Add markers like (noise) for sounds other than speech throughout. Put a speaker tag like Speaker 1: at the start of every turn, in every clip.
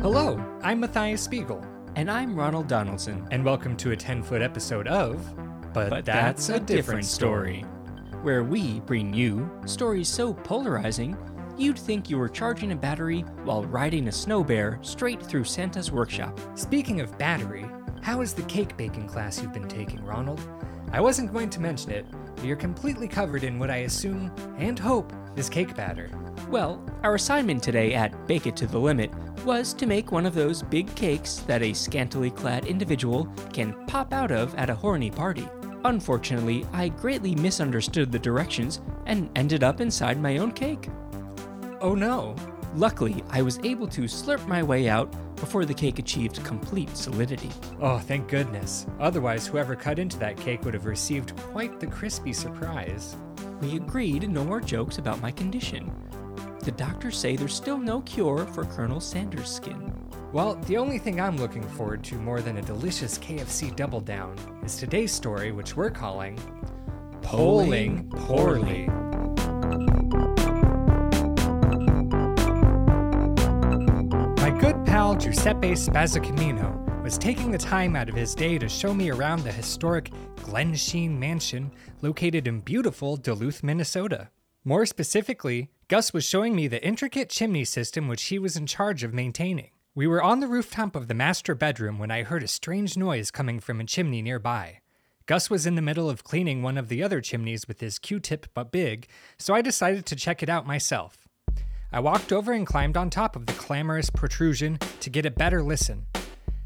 Speaker 1: Hello, I'm Matthias Spiegel.
Speaker 2: And I'm Ronald Donaldson,
Speaker 1: and welcome to a 10 foot episode of But, That's, a Different Story.
Speaker 2: where we bring you stories so polarizing you'd think you were charging a battery while riding a snow bear straight through Santa's workshop.
Speaker 1: Speaking of battery, how is the cake baking class you've been taking, Ronald? I wasn't going to mention it, but you're completely covered in what I assume and hope is cake batter.
Speaker 2: Well, our assignment today at Bake It to the Limit was to make one of those big cakes that a scantily clad individual can pop out of at a horny party. Unfortunately, I greatly misunderstood the directions and ended up inside my own cake.
Speaker 1: Oh no,
Speaker 2: Luckily, I was able to slurp my way out before the cake achieved complete solidity.
Speaker 1: Oh, thank goodness. Otherwise, whoever cut into that cake would have received quite the crispy surprise.
Speaker 2: We agreed no more jokes about my condition. The doctors say there's still no cure for Colonel Sanders' skin.
Speaker 1: Well, the only thing I'm looking forward to more than a delicious KFC double down is today's story, which we're calling Polling Poorly. My good pal Giuseppe Spazzacamino was taking the time out of his day to show me around the historic Glen Sheen Mansion located in beautiful Duluth, Minnesota. More specifically, Gus was showing me the intricate chimney system which he was in charge of maintaining. We were on the rooftop of the master bedroom when I heard a strange noise coming from a chimney nearby. Gus was in the middle of cleaning one of the other chimneys with his Q tip but big, so I decided to check it out myself. I walked over and climbed on top of the clamorous protrusion to get a better listen.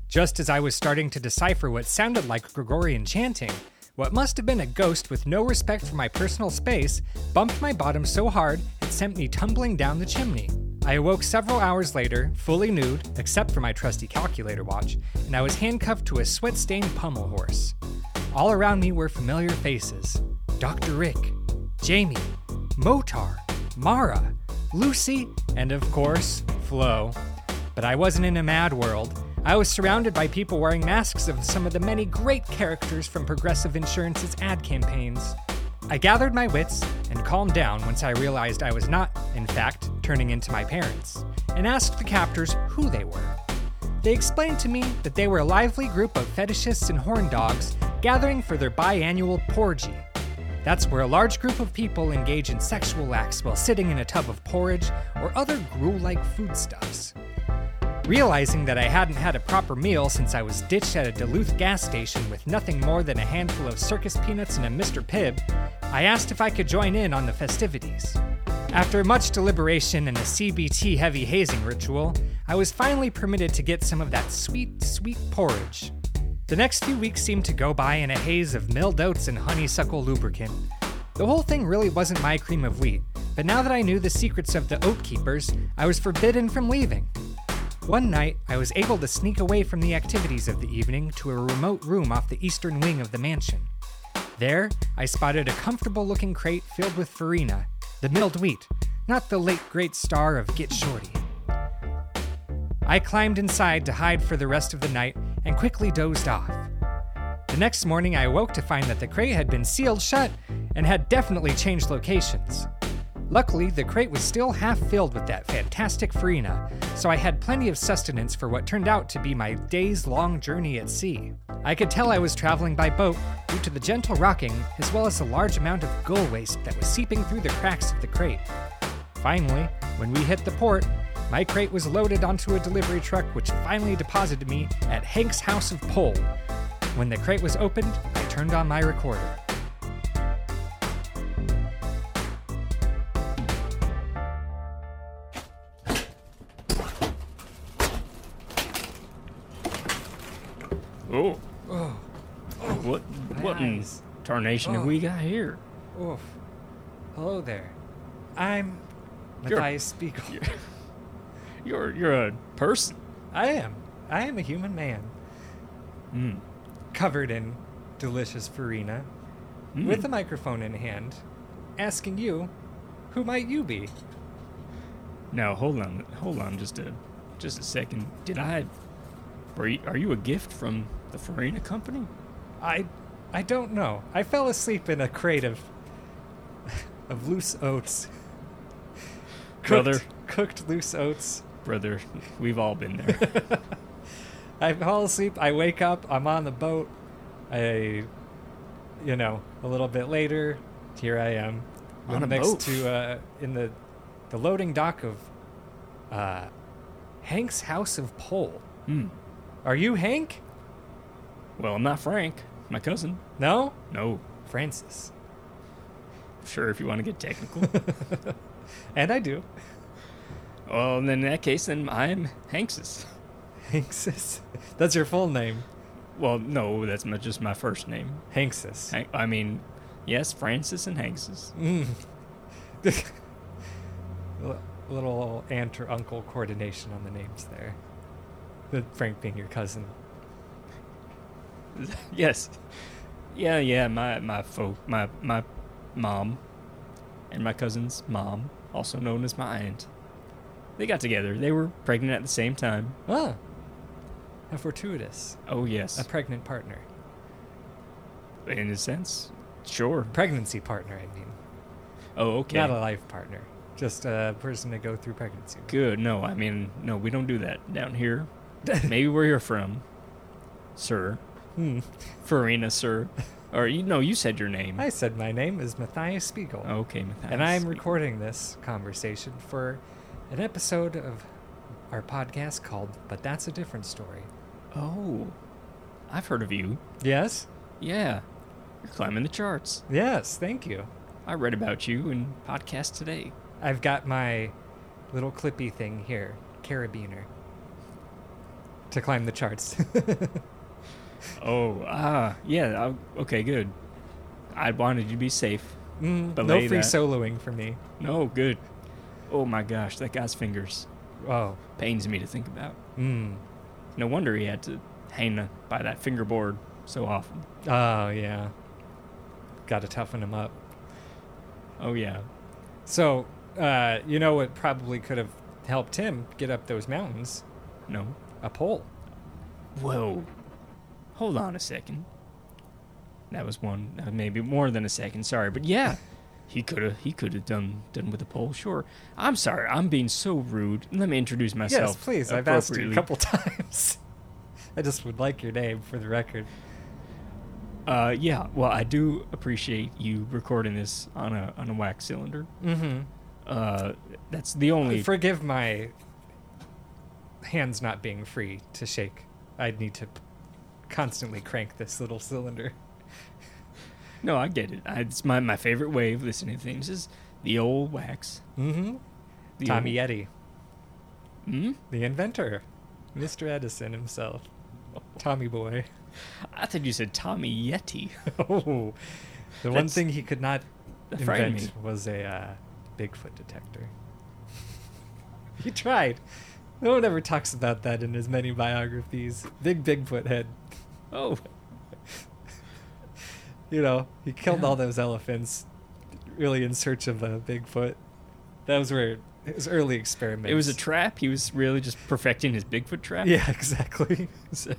Speaker 1: Just as I was starting to decipher what sounded like Gregorian chanting, what must have been a ghost with no respect for my personal space bumped my bottom so hard it sent me tumbling down the chimney. I awoke several hours later, fully nude, except for my trusty calculator watch, and I was handcuffed to a sweat stained pommel horse. All around me were familiar faces Dr. Rick, Jamie, Motar, Mara, Lucy, and of course, Flo. But I wasn't in a mad world. I was surrounded by people wearing masks of some of the many great characters from Progressive Insurance's ad campaigns. I gathered my wits and calmed down once I realized I was not, in fact, turning into my parents, and asked the captors who they were. They explained to me that they were a lively group of fetishists and horn dogs gathering for their biannual porgy. That's where a large group of people engage in sexual acts while sitting in a tub of porridge or other gruel like foodstuffs. Realizing that I hadn't had a proper meal since I was ditched at a Duluth gas station with nothing more than a handful of circus peanuts and a Mr. Pibb, I asked if I could join in on the festivities. After much deliberation and a CBT heavy hazing ritual, I was finally permitted to get some of that sweet, sweet porridge. The next few weeks seemed to go by in a haze of milled oats and honeysuckle lubricant. The whole thing really wasn't my cream of wheat, but now that I knew the secrets of the oat keepers, I was forbidden from leaving. One night, I was able to sneak away from the activities of the evening to a remote room off the eastern wing of the mansion. There, I spotted a comfortable looking crate filled with farina, the milled wheat, not the late great star of Get Shorty. I climbed inside to hide for the rest of the night and quickly dozed off. The next morning, I awoke to find that the crate had been sealed shut and had definitely changed locations. Luckily, the crate was still half filled with that fantastic farina, so I had plenty of sustenance for what turned out to be my days long journey at sea. I could tell I was traveling by boat due to the gentle rocking as well as the large amount of gull waste that was seeping through the cracks of the crate. Finally, when we hit the port, my crate was loaded onto a delivery truck which finally deposited me at Hank's House of Pole. When the crate was opened, I turned on my recorder.
Speaker 2: Oh. what what in
Speaker 1: eyes.
Speaker 2: tarnation have we got here?
Speaker 1: Oof. Hello there. I'm
Speaker 2: You're-
Speaker 1: Matthias Spiegel.
Speaker 2: You're you're a person.
Speaker 1: (laughs) I am. I am a human man.
Speaker 2: Mm.
Speaker 1: Covered in delicious farina.
Speaker 2: Hmm. Mm.
Speaker 1: With a microphone in hand. Asking you, who might you be?
Speaker 2: Now hold on, hold on, just a just a second. Did I? Are you, are you a gift from the Farina Company?
Speaker 1: I I don't know. I fell asleep in a crate of (laughs) of loose oats.
Speaker 2: Brother.
Speaker 1: Cooked, cooked loose oats.
Speaker 2: brother, (laughs) we've all been there.
Speaker 1: (laughs) I fall asleep. I wake up. I'm on the boat. I, you know, a little bit later, here I am,
Speaker 2: On a
Speaker 1: next
Speaker 2: boat.
Speaker 1: to uh, in the the loading dock of uh, Hank's house of pole.
Speaker 2: Hmm.
Speaker 1: Are you Hank?
Speaker 2: Well, I'm not Frank, my cousin.
Speaker 1: No,
Speaker 2: No,
Speaker 1: Francis.
Speaker 2: sure, if you want to
Speaker 1: (laughs)
Speaker 2: get technical.
Speaker 1: And I do. (laughs)
Speaker 2: well, then in that case, then I'm Hanks's.
Speaker 1: Hanksis. That's your full name.
Speaker 2: Well, no, that's my, just my first name.
Speaker 1: Hanksis.
Speaker 2: I, I mean, yes, Francis and Hanks's.
Speaker 1: Mm. (laughs) L- little aunt or uncle coordination on the names there. With Frank being your cousin. Mm-hmm.
Speaker 2: (laughs) yes. Yeah, yeah, my my fo- my my mom and my cousin's mom, also known as my aunt. They got together. They were pregnant at the same time.
Speaker 1: Ah, how fortuitous.
Speaker 2: Oh yes.
Speaker 1: A pregnant partner.
Speaker 2: In a sense, sure.
Speaker 1: Pregnancy partner, I mean.
Speaker 2: Oh, okay.
Speaker 1: Not a life partner. Just a person to go through pregnancy. with.
Speaker 2: Good. No, I mean, no, we don't do that
Speaker 1: (laughs)
Speaker 2: down here. Maybe where you're from, sir,
Speaker 1: Hmm.
Speaker 2: Farina, sir, or you know, you said your name.
Speaker 1: I said my name is Matthias Spiegel.
Speaker 2: okay, Oh, Matthias.
Speaker 1: and I'm recording this conversation for an episode of our podcast called But That's a Different Story.
Speaker 2: Oh, I've heard of you.
Speaker 1: Yes?
Speaker 2: Yeah, you're climbing the charts.
Speaker 1: Yes, thank you.
Speaker 2: I read about you in podcast today.
Speaker 1: I've got my little clippy thing here, carabiner, to climb the charts. (laughs)
Speaker 2: Oh, ah, yeah. I, okay, good. I wanted you to be safe.
Speaker 1: Mm, no
Speaker 2: Belay
Speaker 1: free
Speaker 2: that.
Speaker 1: soloing for me.
Speaker 2: No, good. Oh my gosh, that guy's fingers
Speaker 1: Oh,
Speaker 2: pains me to think about.
Speaker 1: mm.
Speaker 2: No wonder he had to hang by that fingerboard so often.
Speaker 1: oh yeah. Got to toughen him up.
Speaker 2: Oh yeah.
Speaker 1: So, uh, you know what probably could have helped him get up those mountains?
Speaker 2: No.
Speaker 1: A pole.
Speaker 2: Whoa. Hold on a second. That was one, uh, maybe more than a second. Sorry, but yeah, he could have he could have done done with a pole. Sure. I'm sorry. I'm being so rude. Let me introduce myself.
Speaker 1: Yes, please. I've asked you a
Speaker 2: appropriately.
Speaker 1: couple (laughs) times. I just would like your name for the record.
Speaker 2: Uh, yeah. Well, I do appreciate you recording this on a on a wax cylinder.
Speaker 1: Mm-hmm.
Speaker 2: Uh, that's the only.
Speaker 1: Forgive my hands not being free to shake. I'd need to p- constantly crank this little cylinder.
Speaker 2: no, I get it. I, it's my my favorite way of listening to things is the old wax.
Speaker 1: Mm-hmm.
Speaker 2: The
Speaker 1: Tommy
Speaker 2: old-
Speaker 1: Yeti,
Speaker 2: Hmm?
Speaker 1: the inventor, Mr. Edison himself, Tommy Boy. (laughs)
Speaker 2: I thought you said Tommy Yeti. (laughs)
Speaker 1: oh, the one
Speaker 2: That's-
Speaker 1: thing he could not
Speaker 2: That frightened
Speaker 1: invent was a uh, Bigfoot detector. (laughs) he tried. No one ever talks about that in as many biographies. Big Bigfoot head. (laughs)
Speaker 2: Oh,
Speaker 1: you know, he killed
Speaker 2: Yeah.
Speaker 1: all those elephants, really in search of a Bigfoot. That was where his early experiments.
Speaker 2: it was a trap. He was really just perfecting his Bigfoot
Speaker 1: (laughs)
Speaker 2: trap.
Speaker 1: Yeah, exactly.
Speaker 2: (laughs)
Speaker 1: (laughs)
Speaker 2: So,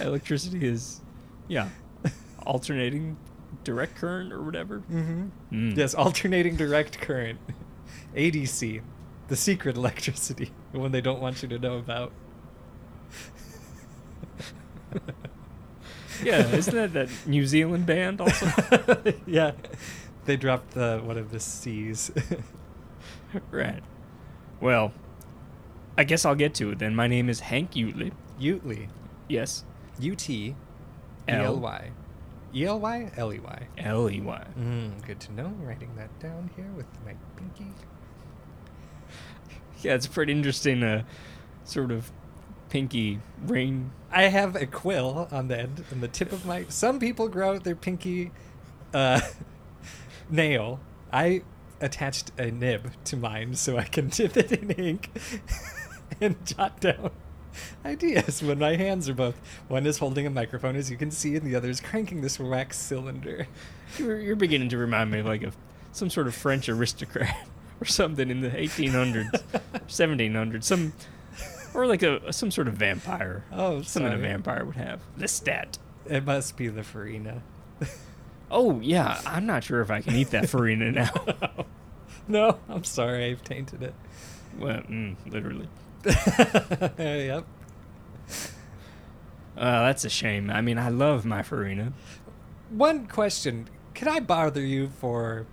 Speaker 2: electricity is, yeah, alternating direct current or whatever.
Speaker 1: hmm
Speaker 2: Mm.
Speaker 1: Yes, alternating direct current, ADC, the secret electricity, (laughs) the one they don't want you to know about.
Speaker 2: (laughs) Yeah, isn't that that New Zealand band also?
Speaker 1: (laughs) yeah, they dropped the one of the C's. (laughs)
Speaker 2: right. Well, I guess I'll get to it then. My name is Hank Utley.
Speaker 1: Utley,
Speaker 2: Yes.
Speaker 1: U T E
Speaker 2: L.
Speaker 1: L Y, E L Y L E Y.
Speaker 2: L E Y.
Speaker 1: Mm, good to know. Writing that down here with my pinky.
Speaker 2: Yeah, it's a pretty interesting, uh, sort of pinky ring.
Speaker 1: I have a quill on the end, on the tip of my. Some people grow out their pinky uh, (laughs) nail. I attached a nib to mine so I can dip it in ink (laughs) and jot down (laughs) ideas when my hands are both. One is holding a microphone, as you can see, and the other is cranking this wax cylinder. (laughs)
Speaker 2: You're, you're beginning to remind me of like a, some sort of French aristocrat (laughs) or something in
Speaker 1: (laughs)
Speaker 2: the 1800s, 1700s, some or like a some sort of vampire.
Speaker 1: Oh,
Speaker 2: something
Speaker 1: sorry.
Speaker 2: a vampire would have. The stat.
Speaker 1: It must be the (laughs) farina.
Speaker 2: Oh yeah, I'm not sure if I can
Speaker 1: (laughs)
Speaker 2: eat that farina now. (laughs)
Speaker 1: no, I'm sorry, I've tainted it. (laughs)
Speaker 2: well, mm, literally.
Speaker 1: yep.
Speaker 2: Uh, that's a shame. I mean, I love my Farina.
Speaker 1: One question: Can I bother you for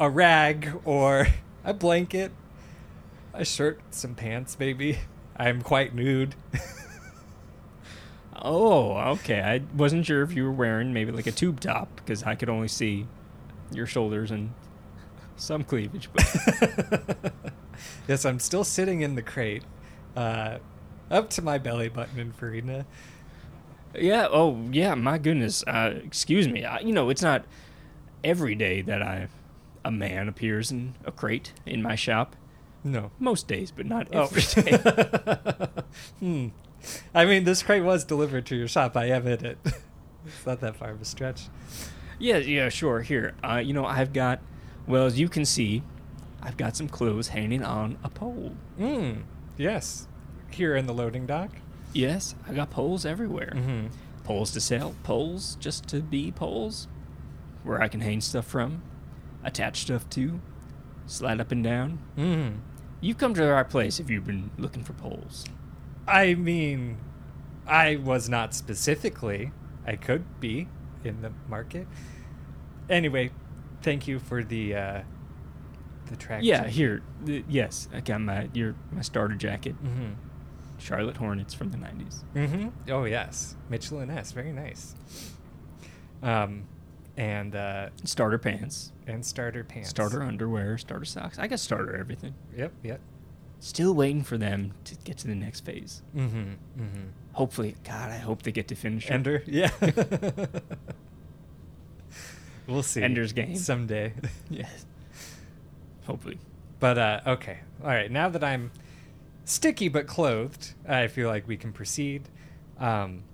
Speaker 1: a rag or a blanket, a shirt, some pants, maybe? I'm quite nude. (laughs)
Speaker 2: Oh, okay. I wasn't sure if you were wearing maybe like a tube top because I could only see your shoulders and some cleavage. But
Speaker 1: (laughs) yes, I'm still sitting in the crate, uh, up to my belly button in Farina.
Speaker 2: yeah. Oh, yeah. My goodness. Uh, excuse me. I, you know, it's not every day that I a man appears in a crate in my shop.
Speaker 1: No.
Speaker 2: Most days, but not (laughs)
Speaker 1: Oh.
Speaker 2: every day.
Speaker 1: (laughs) hmm. I mean, this crate was delivered to your shop. I admit it. (laughs) it's not that far of a stretch.
Speaker 2: Yeah, yeah, sure. Here, uh, you know, I've got, well, as you can see, I've got some clothes hanging on a pole.
Speaker 1: Mm, yes. Here in the loading dock.
Speaker 2: Yes, I got poles everywhere.
Speaker 1: Mm-hmm.
Speaker 2: Poles to sell, poles just to be poles, where I can hang stuff from, attach stuff to, slide up and down.
Speaker 1: Mm.
Speaker 2: You've come to the right place if you've been looking for poles.
Speaker 1: I mean, I was not specifically. I could be in the market. Anyway, thank you for the uh, the track.
Speaker 2: Yeah, here. th- yes, I got my your my starter jacket,
Speaker 1: Mm-hmm.
Speaker 2: Charlotte Hornets from the '90s.
Speaker 1: Mm-hmm. Oh yes, Mitchell and S. Very nice. Um, and uh,
Speaker 2: Starter pants,
Speaker 1: and starter pants.
Speaker 2: starter underwear, starter socks. I got starter everything.
Speaker 1: Yep. Yep.
Speaker 2: Still waiting for them to get to the next phase.
Speaker 1: Mm-hmm. Mm-hmm.
Speaker 2: Hopefully, God, I hope they get to finish it.
Speaker 1: Ender. Yeah. (laughs) we'll see.
Speaker 2: Ender's Game.
Speaker 1: someday.
Speaker 2: (laughs)
Speaker 1: (laughs)
Speaker 2: Yes. Hopefully.
Speaker 1: But uh, okay, all right. Now that I'm sticky but clothed, I feel like we can proceed. Um,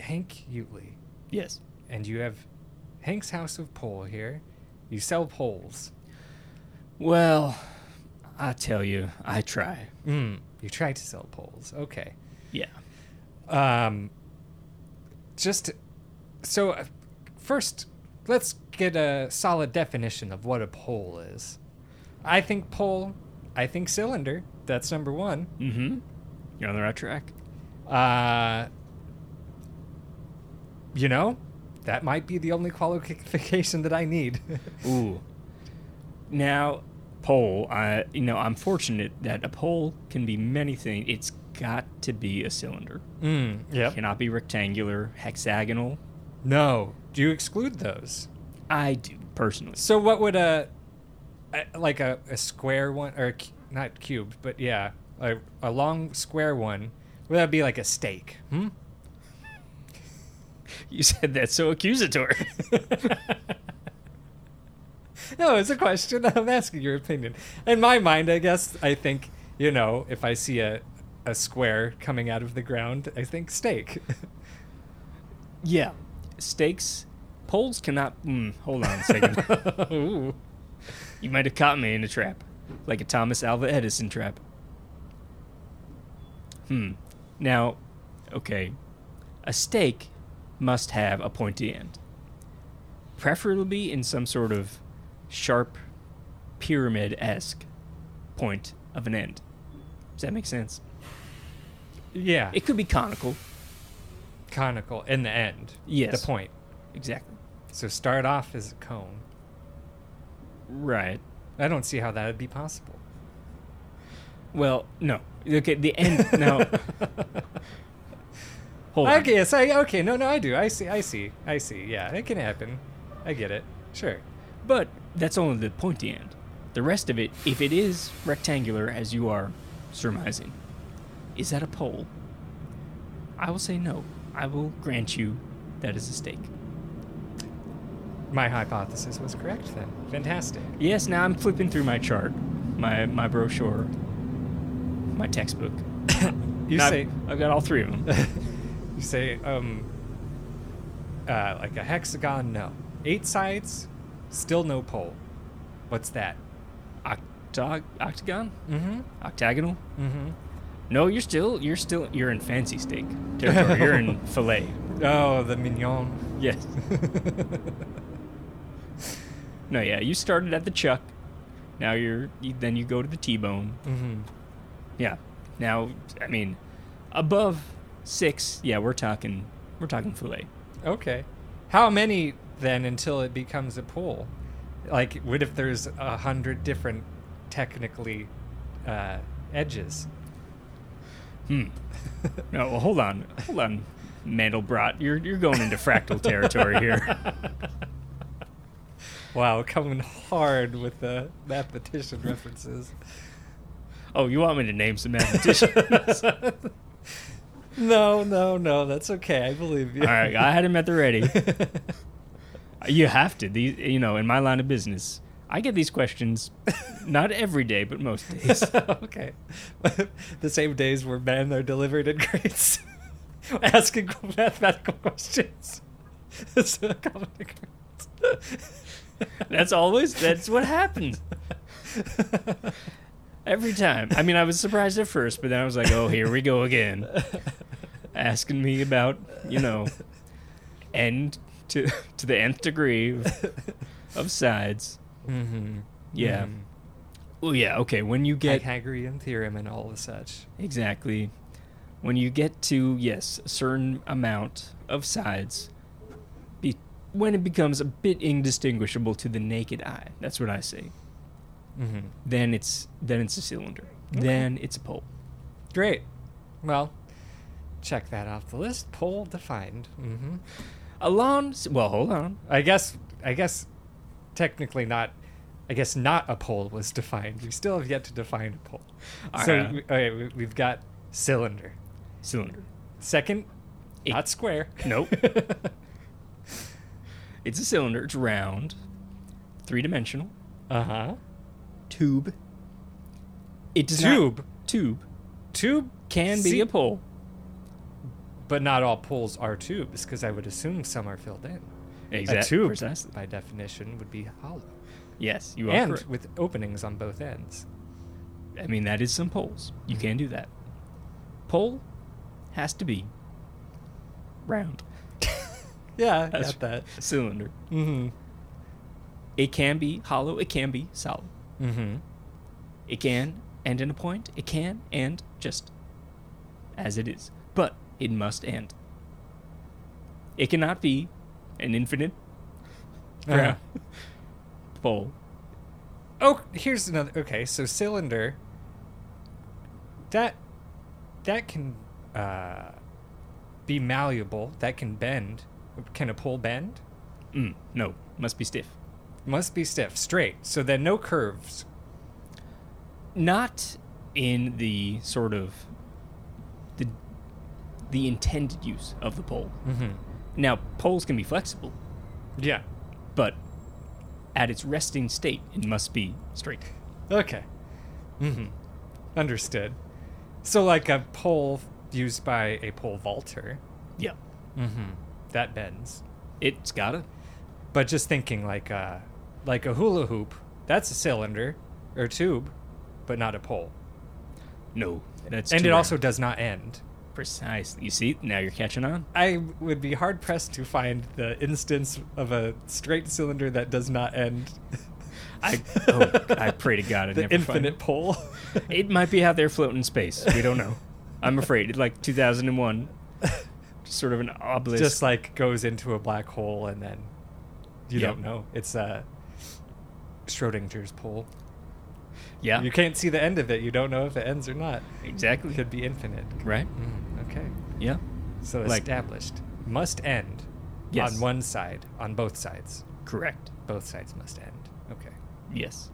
Speaker 1: Hank Utley,
Speaker 2: Yes.
Speaker 1: and you have Hank's House of Pole here. You sell poles.
Speaker 2: Well, I tell you, I try.
Speaker 1: Mm, you try to sell poles. Okay.
Speaker 2: Yeah.
Speaker 1: Um, just so uh, first, let's get a solid definition of what a pole is. I think pole. I think cylinder. That's number one.
Speaker 2: Mm-hmm. You're on the right track.
Speaker 1: Uh, you know, that might be the only qualification that I need. (laughs)
Speaker 2: Ooh. Now, pole. I, you know, I'm fortunate that a pole can be many things. It's got to be a cylinder.
Speaker 1: mm, yep.
Speaker 2: Cannot be rectangular, hexagonal.
Speaker 1: No, do you exclude those?
Speaker 2: I do personally.
Speaker 1: So what would a, a like a, a square one or a, cu- not cubed, but yeah, a, a long square one? Would that be like a steak? Hmm.
Speaker 2: You said that so accusatory.
Speaker 1: (laughs) No, it's a question. I'm asking your opinion. In my mind, I guess I think you know if I see a a square coming out of the ground, I think steak.
Speaker 2: yeah. Stakes. Poles cannot. Mm, hold on a
Speaker 1: (laughs)
Speaker 2: second.
Speaker 1: Ooh.
Speaker 2: You might have caught me in a trap, like a Thomas Alva Edison trap. Hmm. Now, okay. A stake must have a pointy end, preferably in some sort of sharp, pyramid esque point of an end. Does that make sense?
Speaker 1: Yeah.
Speaker 2: It could be conical.
Speaker 1: conical in the end.
Speaker 2: Yes.
Speaker 1: The point.
Speaker 2: Exactly.
Speaker 1: So start off as a cone.
Speaker 2: Right.
Speaker 1: I don't see how that would be possible.
Speaker 2: Well, no. Okay, the end.
Speaker 1: (laughs)
Speaker 2: No. Hold on.
Speaker 1: okay, yes, I okay, no, no, I do. I see, I see, I see. Yeah, it can happen. I get it. Sure.
Speaker 2: But that's only the pointy end. The rest of it, if it is rectangular as you are surmising, is that a pole? I will say no. I will grant you that is a stake.
Speaker 1: My hypothesis was correct then. Fantastic.
Speaker 2: Yes, now I'm flipping through my chart, my my brochure, my textbook.
Speaker 1: You
Speaker 2: I've-
Speaker 1: say (laughs)
Speaker 2: I've got all three of them.
Speaker 1: you say um uh like a hexagon no. Eight sides, still no pole. What's that?
Speaker 2: Octog- octagon,
Speaker 1: Mhm.
Speaker 2: octagonal.
Speaker 1: Mhm.
Speaker 2: No, you're still you're still you're in fancy steak
Speaker 1: (laughs)
Speaker 2: territory. you're in fillet.
Speaker 1: Oh, the mignon. (laughs)
Speaker 2: Yes. no, yeah, you started at the chuck. Now you're you, then you go to the T-bone.
Speaker 1: Mhm.
Speaker 2: Yeah, Now, I mean, above six, yeah, we're talking we're talking filet.
Speaker 1: Okay. How many then until it becomes a pool? Like, what if there's a hundred different, technically, uh, edges?
Speaker 2: Hmm. No, well, hold on, hold on, Mandelbrot, you're you're going into fractal territory
Speaker 1: (laughs)
Speaker 2: here.
Speaker 1: Wow, coming hard with the mathematician references.
Speaker 2: Oh, you want me to name some
Speaker 1: (laughs)
Speaker 2: mathematicians? (laughs)
Speaker 1: No, no, no. That's okay. I believe you.
Speaker 2: All right, I had him at
Speaker 1: (laughs)
Speaker 2: the ready. You have to. These, you know, in my line of business, I get these questions not every day, but most days.
Speaker 1: (laughs) okay. the same days where men are delivered in crates, (laughs) asking (laughs) mathematical questions. (laughs) it's a common occurrence. (laughs)
Speaker 2: That's always that's what (laughs) happens every time. I mean, I was surprised at first, but then I was like, "Oh, here we go again." Asking me about, you know, end to (laughs) to the nth degree of, of sides.
Speaker 1: mm-hmm.
Speaker 2: Yeah. Oh yeah, okay. When you get
Speaker 1: Pythagorean theorem and all of such.
Speaker 2: Exactly. When you get to, yes, a certain amount of sides, be, when it becomes a bit indistinguishable to the naked eye, that's what I say.
Speaker 1: Mm-hmm.
Speaker 2: Then it's then it's a cylinder.
Speaker 1: Okay.
Speaker 2: Then it's a pole.
Speaker 1: Great. Well, check that off the list. Pole defined. Mm-hmm.
Speaker 2: Along, s- well, hold on.
Speaker 1: I guess. I guess. Technically not. I guess not a pole was defined. We still have yet to define a pole. so
Speaker 2: Uh-huh.
Speaker 1: we, okay, we- we've got cylinder.
Speaker 2: Cylinder.
Speaker 1: Second,
Speaker 2: It-
Speaker 1: not square. (laughs)
Speaker 2: Nope. it's a cylinder. It's round, three dimensional,
Speaker 1: uh huh.
Speaker 2: tube. It does not-
Speaker 1: Tube.
Speaker 2: tube
Speaker 1: Tube
Speaker 2: can
Speaker 1: See-
Speaker 2: be a pole.
Speaker 1: but not all poles are tubes because I would assume some are filled in.
Speaker 2: Exact-
Speaker 1: A tube,
Speaker 2: Precisely.
Speaker 1: by definition, would be hollow
Speaker 2: Yes, you are
Speaker 1: and
Speaker 2: correct.
Speaker 1: with openings on both ends.
Speaker 2: I mean, that is some poles. You can do that. Pole has to be round.
Speaker 1: Yeah, I
Speaker 2: That's-
Speaker 1: got that.
Speaker 2: Cylinder.
Speaker 1: Mm-hmm.
Speaker 2: It can be hollow. It can be solid.
Speaker 1: Mm-hmm.
Speaker 2: It can end in a point. It can end just as it is. But it must end. It cannot be an infinite round (laughs) pole.
Speaker 1: Oh, here's another. Okay, so cylinder. That, that can, uh, be malleable. That can bend. Can a pole bend?
Speaker 2: Mm, no, must be stiff.
Speaker 1: Must be stiff, straight. So then no curves.
Speaker 2: not in the sort of the the intended use of the pole.
Speaker 1: Mm-hmm.
Speaker 2: Now, poles can be flexible,
Speaker 1: Yeah.
Speaker 2: but at its resting state, it must be straight.
Speaker 1: Okay. Mm-hmm. Understood. So like a pole used by a pole vaulter.
Speaker 2: Yeah,
Speaker 1: Mm-hmm. That bends.
Speaker 2: it's gotta.
Speaker 1: But just thinking like a like a hula hoop. That's a cylinder or tube, but not a pole.
Speaker 2: No, that's
Speaker 1: and
Speaker 2: too
Speaker 1: it also
Speaker 2: round.
Speaker 1: does not end.
Speaker 2: precisely. You see, now you're catching on.
Speaker 1: I would be hard pressed to find the instance of a straight cylinder that does not end.
Speaker 2: (laughs) I oh, I pray to God I
Speaker 1: (laughs) the
Speaker 2: never
Speaker 1: infinite pole.
Speaker 2: Find (laughs) it. it might be out there floating in space. We don't know. I'm afraid. It's like 2001, just sort of an obelisk.
Speaker 1: (laughs) just like goes into a black hole and then you
Speaker 2: Yeah.
Speaker 1: don't know. It's uh, Schrodinger's pole.
Speaker 2: yeah,
Speaker 1: You can't see the end of it. You don't know if it ends or not. It
Speaker 2: exactly.
Speaker 1: could be infinite.
Speaker 2: right?
Speaker 1: Mm, okay.
Speaker 2: Yeah.
Speaker 1: So
Speaker 2: Like-
Speaker 1: established. Must end
Speaker 2: Yes.
Speaker 1: on one side, on both sides.
Speaker 2: Correct.
Speaker 1: Both sides must end. Okay.
Speaker 2: Yes.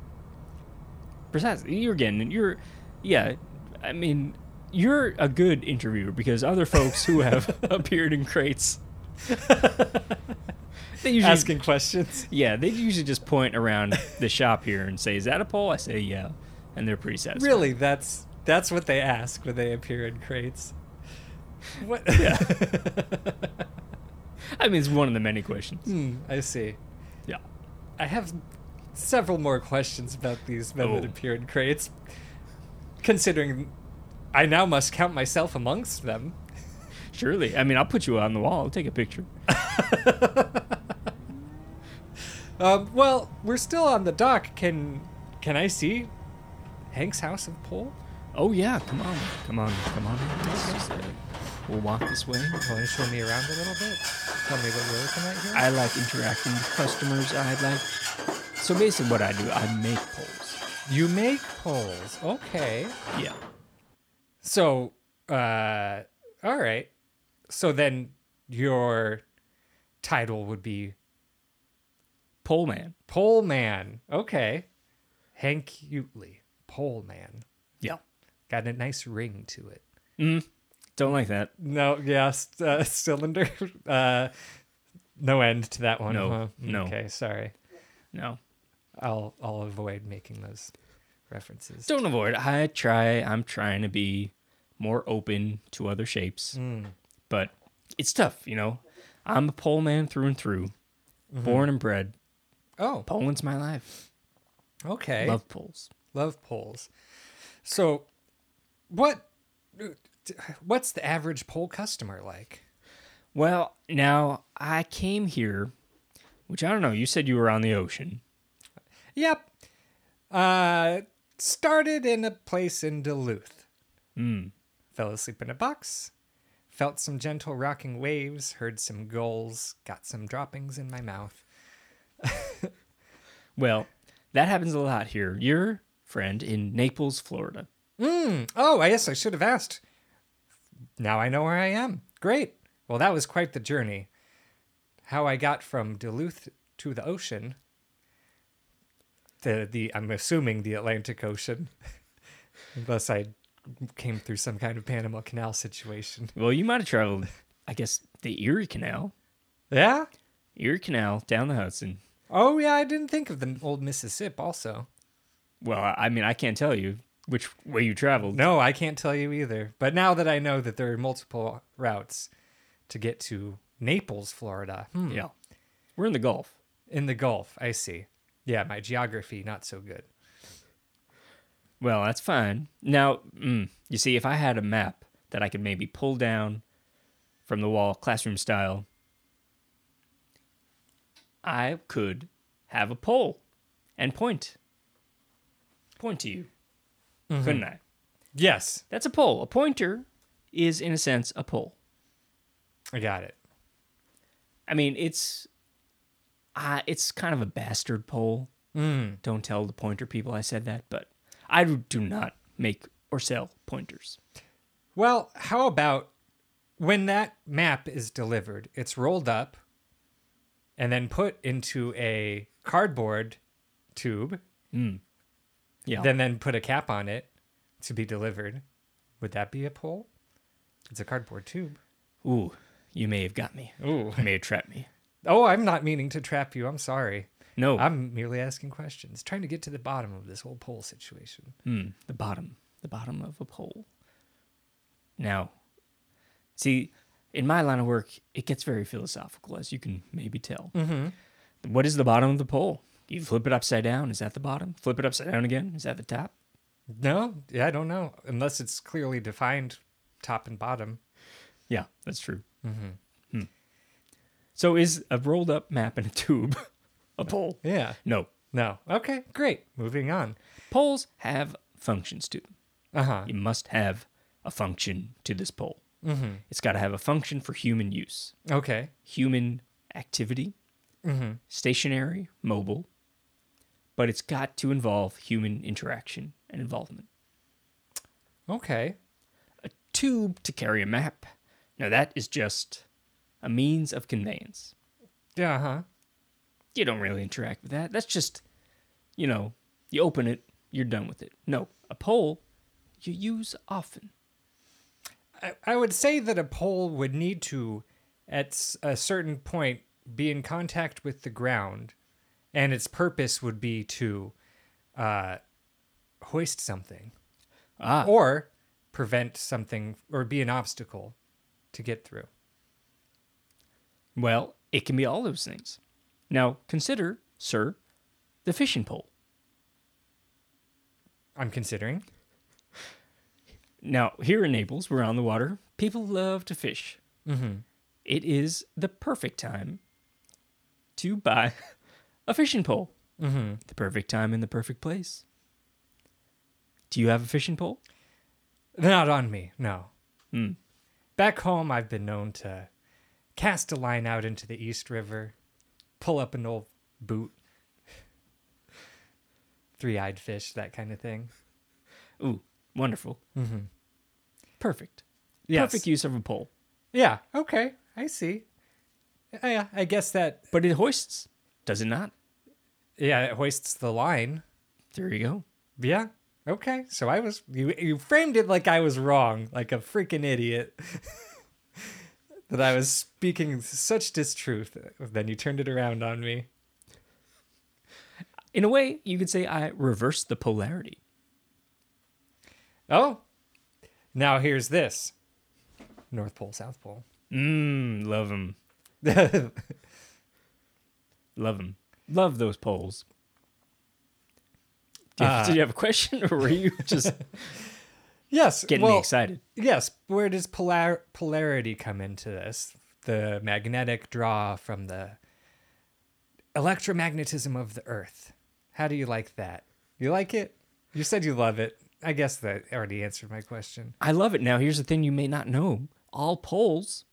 Speaker 2: Precisely. You're getting you're yeah, I mean you're a good interviewer because other folks
Speaker 1: (laughs)
Speaker 2: who have (laughs) appeared in crates (laughs) they usually
Speaker 1: Asking questions.
Speaker 2: Yeah, they usually just point around the shop here and say, Is that a pole? I say yeah. And they're pretty satisfied.
Speaker 1: Really, that's that's what they ask when they appear in crates. What?
Speaker 2: (laughs) Yeah. I mean it's one of the many questions.
Speaker 1: (laughs) Hmm, I see.
Speaker 2: Yeah.
Speaker 1: I have several more questions about these men that
Speaker 2: Oh.
Speaker 1: appear in crates, considering I now must count myself amongst them.
Speaker 2: Surely. I mean I'll put you on the wall, I'll take a picture.
Speaker 1: (laughs) Um, well, we're still on the dock. Can can I see Hank's house of pole?
Speaker 2: Oh yeah, come on, come on, come on. Let's just, uh, we'll walk this way.
Speaker 1: Want to show me around a little bit? Tell me what you're looking at here?
Speaker 2: I like interacting with customers. I like. So basically, what I do, I make polls.
Speaker 1: you make polls. Okay.
Speaker 2: Yeah.
Speaker 1: So, uh, all right. So then your title would be
Speaker 2: Poll man.
Speaker 1: Pole Man. Okay. Hank Utley, Pole Man.
Speaker 2: Yeah.
Speaker 1: Got a nice ring to it.
Speaker 2: Don't like that.
Speaker 1: No, yes, uh, (laughs) cylinder. Uh, no end to that one.
Speaker 2: No,
Speaker 1: huh?
Speaker 2: no.
Speaker 1: Okay, sorry.
Speaker 2: No.
Speaker 1: I'll I'll avoid making those references.
Speaker 2: Don't avoid. it. I try. I'm trying to be more open to other shapes, but it's tough. You know, I'm a pole man through and through, born and bred.
Speaker 1: Oh,
Speaker 2: Poland's my life.
Speaker 1: okay.
Speaker 2: Love poles.
Speaker 1: Love polls. So, what what's the average poll customer like?
Speaker 2: Well, now I came here, which I don't know. You said you were on the ocean.
Speaker 1: Yep. Uh, started in a place in Duluth. Hmm. Fell asleep in a box. Felt some gentle rocking waves. Heard some gulls. Got some droppings in my mouth.
Speaker 2: Well, that happens a lot here. Your friend in Naples, Florida.
Speaker 1: Oh, I guess I should have asked. Now I know where I am. Great. Well, that was quite the journey. How I got from Duluth to the ocean. The the I'm assuming the Atlantic Ocean, (laughs) unless I came through some kind of Panama Canal situation.
Speaker 2: Well, you might have traveled, I guess, the Erie Canal.
Speaker 1: Yeah.
Speaker 2: Erie Canal down the Hudson.
Speaker 1: Oh yeah, I didn't think of the old Mississippi. Also,
Speaker 2: Well, I I mean, I can't tell you which way you traveled.
Speaker 1: no, I can't tell you either. But now that I know that there are multiple routes to get to Naples, Florida, hmm.
Speaker 2: Yeah. We're in the Gulf.
Speaker 1: In the Gulf, I see. Yeah, my geography not so good.
Speaker 2: Well, that's fine. Now, mm, you see, if I had a map that I could maybe pull down from the wall, classroom style, I could have a pole and point. Point to you. Couldn't I?
Speaker 1: Yes,
Speaker 2: That's a pole. A pointer is, in a sense, a pole.
Speaker 1: I got it.
Speaker 2: I mean, it's uh, it's kind of a bastard poll. Mm. Don't tell the pointer people I said that, but I do not make or sell pointers.
Speaker 1: Well, how about when that map is delivered, it's rolled up and then put into a cardboard tube,
Speaker 2: Yeah.
Speaker 1: then then put a cap on it to be delivered. Would that be a pole? It's a cardboard tube.
Speaker 2: Ooh, you may have got me.
Speaker 1: Ooh.
Speaker 2: You may have trapped me.
Speaker 1: Oh, I'm not meaning to trap you. I'm sorry.
Speaker 2: No,
Speaker 1: I'm merely asking questions, trying to get to the bottom of this whole pole situation.
Speaker 2: Hmm, the bottom, the bottom of a pole. Now, see, in my line of work, it gets very philosophical, as you can maybe tell. Mm-hmm. What is the bottom of the pole? You flip it upside down. Is that the bottom? Flip it upside down again. Is that the top?
Speaker 1: No, yeah, I don't know. Unless it's clearly defined top and bottom.
Speaker 2: Yeah, that's true. Mm-hmm. So is a rolled up map in a tube (laughs) a pole?
Speaker 1: Yeah.
Speaker 2: No.
Speaker 1: No. Okay, great. Moving on.
Speaker 2: Poles have functions to them.
Speaker 1: Uh huh.
Speaker 2: You must have a function to this pole. Mm-hmm. It's got to have a function for human use,
Speaker 1: Okay.
Speaker 2: human activity, Mm-hmm. stationary, mobile, but it's got to involve human interaction and involvement.
Speaker 1: Okay.
Speaker 2: A tube to carry a map. Now, that is just a means of conveyance.
Speaker 1: Yeah, uh-huh. huh?
Speaker 2: you don't really interact with that. That's just, you know, you open it, you're done with it. No, a pole you use often.
Speaker 1: I, I would say that a pole would need to, at s- a certain point, be in contact with the ground, and its purpose would be to uh, hoist something
Speaker 2: Ah,
Speaker 1: or prevent something or be an obstacle to get through.
Speaker 2: well, it can be all those things. Now, consider, sir, the fishing pole.
Speaker 1: I'm considering.
Speaker 2: Now, here in Naples, we're on the water. People love to fish. Mm-hmm. is the perfect time to buy (laughs) a fishing pole. Mm-hmm. The perfect time in the perfect place. Do you have a fishing pole?
Speaker 1: Not on me, no. Back home, I've been known to cast a line out into the East River, pull up an old boot, (laughs) three eyed fish, that kind of thing.
Speaker 2: Ooh, wonderful. Mm-hmm. Perfect.
Speaker 1: Yes.
Speaker 2: Perfect use of a pole.
Speaker 1: Yeah, okay, I see. Yeah, I guess that,
Speaker 2: But it hoists, does it not?
Speaker 1: yeah, it hoists the line.
Speaker 2: There you go.
Speaker 1: Yeah. Okay. So I was you you framed it like I was wrong, like a freaking idiot. (laughs) that I was speaking such distruth. Then you turned it around on me.
Speaker 2: In a way, you could say I reversed the polarity.
Speaker 1: Oh. Now here's this. North Pole, South
Speaker 2: (laughs)
Speaker 1: Pole.
Speaker 2: Mmm, love them. Love them. Love those poles. Do you,
Speaker 1: Uh,
Speaker 2: did you have a question or were (laughs) you just
Speaker 1: yes.
Speaker 2: getting me
Speaker 1: well,
Speaker 2: excited?
Speaker 1: Yes, where does polar- polarity come into this? The magnetic draw from the electromagnetism of the Earth. How do you like that? You like it? You said you love it. I guess that already answered my question.
Speaker 2: I love it. Now, here's the thing you may not know all poles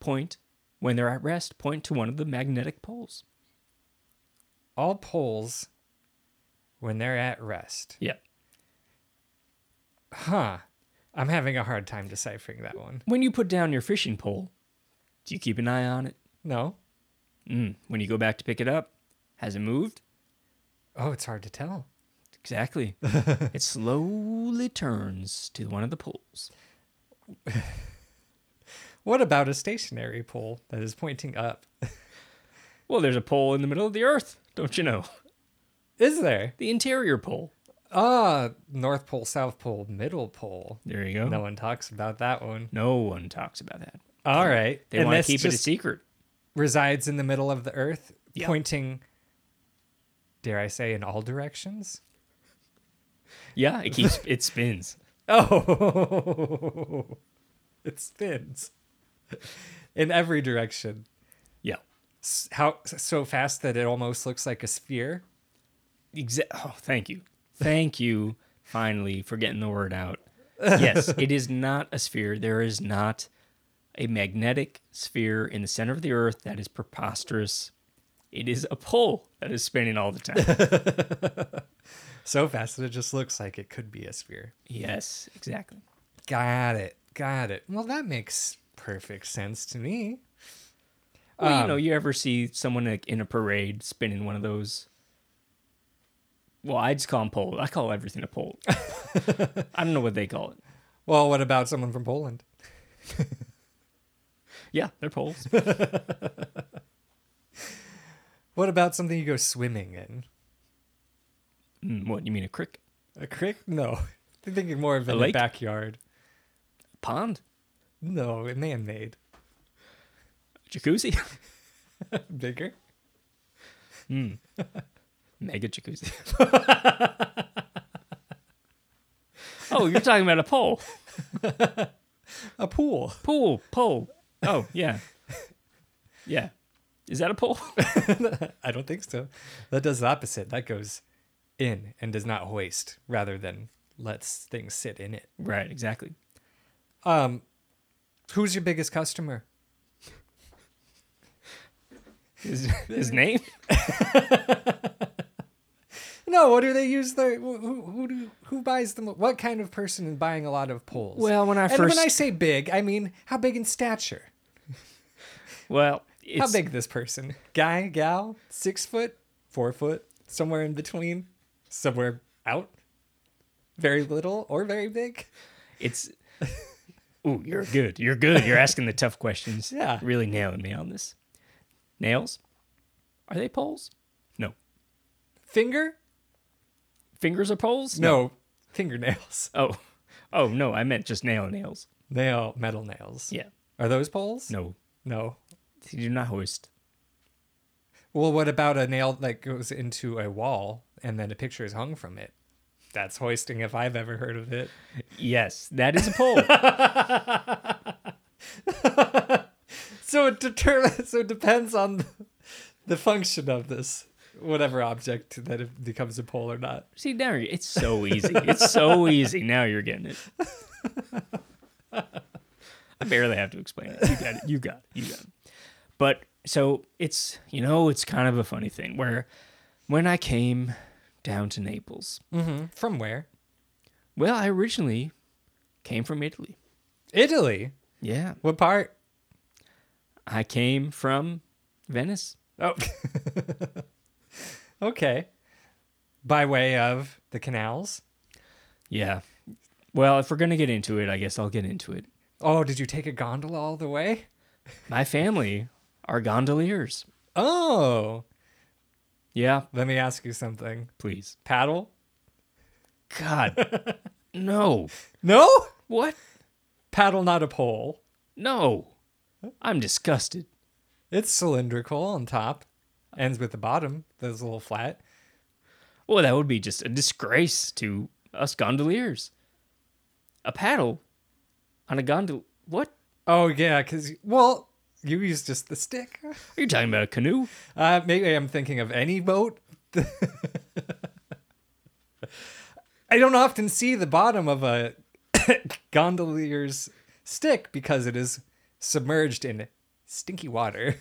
Speaker 2: point, when they're at rest, point to one of the magnetic poles.
Speaker 1: All poles, when they're at rest.
Speaker 2: Yeah.
Speaker 1: Huh. I'm having a hard time deciphering that one.
Speaker 2: When you put down your fishing pole, do you keep an eye on it?
Speaker 1: No?
Speaker 2: Mm. When you go back to pick it up, has it moved?
Speaker 1: Oh, it's hard to tell. (laughs)
Speaker 2: Exactly. it slowly turns to one of the poles.
Speaker 1: What about a stationary pole that is pointing up?
Speaker 2: Well, there's a pole in the middle of the earth, don't you know? (laughs)
Speaker 1: Is there?
Speaker 2: The interior pole.
Speaker 1: Ah, North Pole, South Pole, Middle Pole.
Speaker 2: There you go.
Speaker 1: No one talks about that one.
Speaker 2: No one talks about that.
Speaker 1: All right.
Speaker 2: They
Speaker 1: and
Speaker 2: want
Speaker 1: this
Speaker 2: to keep it a
Speaker 1: just
Speaker 2: secret.
Speaker 1: Resides in the middle of the earth,
Speaker 2: Yeah.
Speaker 1: pointing, dare I say, in all directions?
Speaker 2: Yeah, it keeps
Speaker 1: (laughs)
Speaker 2: it spins.
Speaker 1: Oh, (laughs) it spins (laughs) in every direction.
Speaker 2: Yeah.
Speaker 1: S- How so fast that it almost looks like a sphere?
Speaker 2: Exa- oh, thank you. Thank you finally for getting the word out. Yes, it is not a sphere. There is not a magnetic sphere in the center of the earth that is preposterous. It is a pole that is spinning all the time.
Speaker 1: So fast that it just looks like it could be a sphere.
Speaker 2: yes, exactly.
Speaker 1: Got it. Got it. Well, that makes perfect sense to me.
Speaker 2: Well, you know, you ever see someone like in a parade spinning one of those? Well, I just call them pole. I call everything a pole. I don't know what they call it.
Speaker 1: Well, what about someone from Poland?
Speaker 2: Yeah, they're poles.
Speaker 1: What about something you go swimming in?
Speaker 2: Mm, what you mean a crick?
Speaker 1: A creek? No. (laughs) I'm thinking more of in the
Speaker 2: lake?
Speaker 1: backyard.
Speaker 2: Pond?
Speaker 1: No, man made.
Speaker 2: Jacuzzi?
Speaker 1: (laughs) Bigger?
Speaker 2: Hmm. (laughs) Mega jacuzzi. (laughs) oh, you're talking about a pole.
Speaker 1: A pool. (laughs)
Speaker 2: Pool, pole. Oh, yeah. Yeah. Is that a pole?
Speaker 1: I don't think so. That does the opposite. That goes in and does not hoist rather than lets things sit in it.
Speaker 2: right, exactly.
Speaker 1: Um who's your biggest customer?
Speaker 2: His, (laughs) his name?
Speaker 1: No, what do they use their who who who, do, who buys them what kind of person is buying a lot of poles?
Speaker 2: Well, when I
Speaker 1: and
Speaker 2: first-
Speaker 1: when I say big, I mean how big in stature?
Speaker 2: Well, it's,
Speaker 1: How big this person? Guy, gal, six foot, four foot, somewhere in between, somewhere out, very little or very big.
Speaker 2: (laughs) It's. Ooh, you're good. You're good. You're asking the tough (laughs) questions.
Speaker 1: Yeah.
Speaker 2: Really nailing me on this. Nails? Are they poles? No.
Speaker 1: Finger?
Speaker 2: Fingers are poles?
Speaker 1: No, fingernails. (laughs)
Speaker 2: Oh. Oh, no. I meant just nail nails.
Speaker 1: Nail, metal nails.
Speaker 2: Yeah.
Speaker 1: Are those poles?
Speaker 2: No.
Speaker 1: No.
Speaker 2: They do not hoist.
Speaker 1: Well, what about a nail that goes into a wall and then a picture is hung from it? That's hoisting if I've ever heard of it.
Speaker 2: Yes, that is a pole.
Speaker 1: So it determines. (laughs) So it depends on the, the function of this whatever object that it becomes a pole or not.
Speaker 2: See, now you're- it's so easy. It's so easy. Now you're getting it. I barely have to explain it. You got it. You got it. You got it. But so it's, you know, it's kind of a funny thing where when I came down to Naples,
Speaker 1: Mm-hmm. From where?
Speaker 2: well, I originally came from Italy.
Speaker 1: Italy.
Speaker 2: Yeah.
Speaker 1: What part?
Speaker 2: I came from Venice.
Speaker 1: Oh. okay. By way of the canals.
Speaker 2: Yeah. Well, if we're going to get into it, I guess I'll get into it.
Speaker 1: Oh, did you take a gondola all the way?
Speaker 2: My family are gondoliers.
Speaker 1: Oh.
Speaker 2: Yeah,
Speaker 1: Let me ask you something.
Speaker 2: please.
Speaker 1: Paddle?
Speaker 2: God. no.
Speaker 1: No?
Speaker 2: What?
Speaker 1: Paddle, not a pole.
Speaker 2: No. I'm disgusted.
Speaker 1: It's cylindrical on top, ends with the bottom. That's a little flat.
Speaker 2: Well, that would be just a disgrace to us gondoliers. A paddle on a gondol. What?
Speaker 1: Oh, yeah, because, well, you use just the stick. (laughs)
Speaker 2: Are you talking about a canoe?
Speaker 1: Uh, maybe I'm thinking of any boat. I don't often see the bottom of a (coughs) gondolier's stick because it is submerged in stinky water.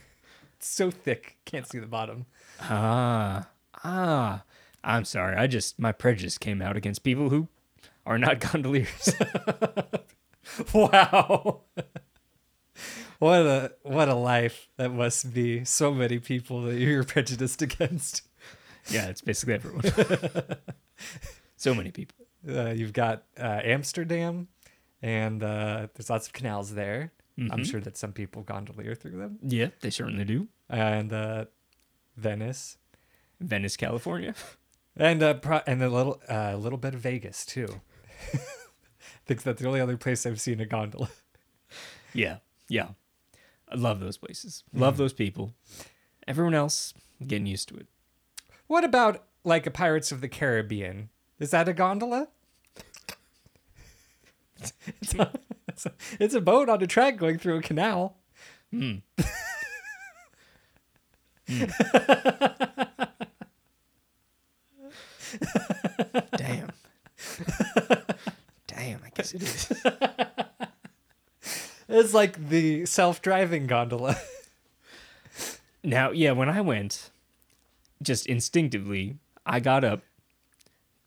Speaker 1: It's so thick, can't see the bottom. (laughs)
Speaker 2: Ah. Ah. I'm sorry. I just, my prejudice came out against people who are not (laughs) gondoliers.
Speaker 1: Wow. What a what a life that must be. So many people that you're prejudiced (laughs) against.
Speaker 2: yeah, it's basically everyone. so many people.
Speaker 1: Uh, you've got uh, Amsterdam, and uh, there's lots of canals there. I'm sure that some people gondolier through them.
Speaker 2: Yeah, they certainly do.
Speaker 1: And uh, Venice,
Speaker 2: Venice, California.
Speaker 1: and uh, pro- and a little uh, a little bit of Vegas too. (laughs) I think that's the only other place I've seen a gondola. (laughs)
Speaker 2: Yeah, yeah. I love those places. Love those people. Everyone else getting used to it.
Speaker 1: What about like a Pirates of the Caribbean? Is that a gondola? (laughs) It's a, it's a- it's a boat on a track going through a canal.
Speaker 2: Damn. Damn, I guess it is.
Speaker 1: It's like the self-driving gondola. (laughs)
Speaker 2: Now, yeah, when I went, just instinctively, I got up,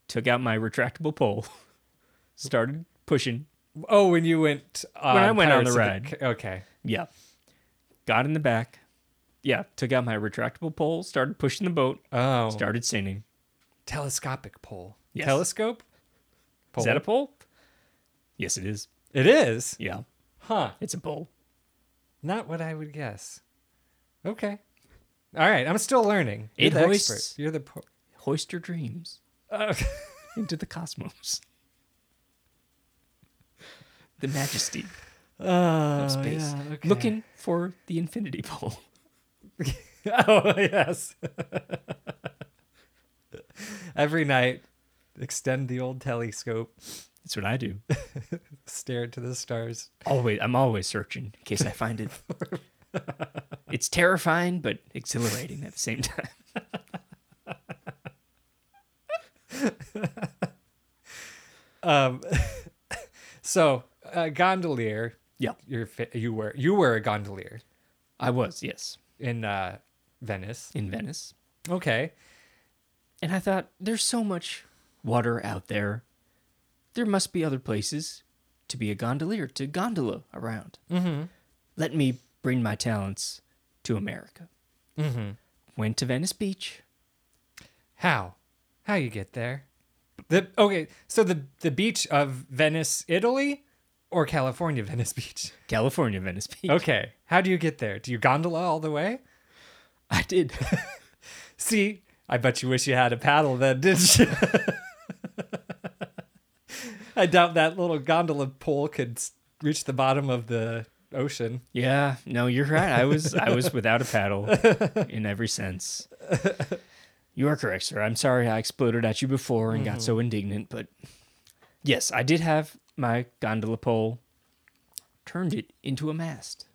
Speaker 2: took out my retractable pole, (laughs) started pushing.
Speaker 1: Oh, when you went on
Speaker 2: I went on
Speaker 1: Pirates
Speaker 2: the
Speaker 1: of Ca- okay.
Speaker 2: Yeah. Got in the back. Yeah, took out my retractable pole, started pushing the boat,
Speaker 1: Oh,
Speaker 2: started singing.
Speaker 1: telescopic pole.
Speaker 2: Yes.
Speaker 1: Telescope. Pole.
Speaker 2: Is that a pole? Yes, it is.
Speaker 1: It is.
Speaker 2: Yeah,
Speaker 1: Huh.
Speaker 2: it's a pole.
Speaker 1: Not what I would guess. Okay. All right. I'm still learning. You're
Speaker 2: It
Speaker 1: the
Speaker 2: hoists-
Speaker 1: expert. You're the. Pro-
Speaker 2: Hoist your dreams
Speaker 1: Uh, (laughs)
Speaker 2: into the cosmos. The majesty
Speaker 1: oh,
Speaker 2: of space.
Speaker 1: yeah, okay.
Speaker 2: (laughs) Looking for the infinity pole.
Speaker 1: (laughs)
Speaker 2: (laughs)
Speaker 1: Oh, yes. (laughs) Every night, extend the old telescope,
Speaker 2: That's what I do.
Speaker 1: stare to the stars.
Speaker 2: Always I'm always searching in case I find
Speaker 1: (laughs)
Speaker 2: it. it's terrifying but exhilarating at the same time.
Speaker 1: Um, (laughs) so, uh, gondolier.
Speaker 2: Yeah.
Speaker 1: You're, fi- you were you were a gondolier
Speaker 2: I was, yes,
Speaker 1: in uh, Venice.
Speaker 2: in Venice.
Speaker 1: Okay.
Speaker 2: And I thought there's so much water out there. There must be other places to be a gondolier, to gondola around. Mm-hmm. Let me bring my talents to America. Mm-hmm. Went to Venice Beach.
Speaker 1: How? How you get there? The okay, so the the beach of Venice, Italy, or California (laughs) Venice Beach.
Speaker 2: California, Venice Beach.
Speaker 1: Okay, how do you get there? Do you gondola all the way?
Speaker 2: (laughs) I did.
Speaker 1: See, I bet you wish you had a paddle then, didn't you? (laughs) I doubt that little gondola pole could s- reach the bottom of the ocean.
Speaker 2: yeah, no, you're right. I was I was without a paddle in every sense. You are correct, sir. I'm sorry I exploded at you before and got so indignant, but yes, I did have my gondola pole turned it into a mast.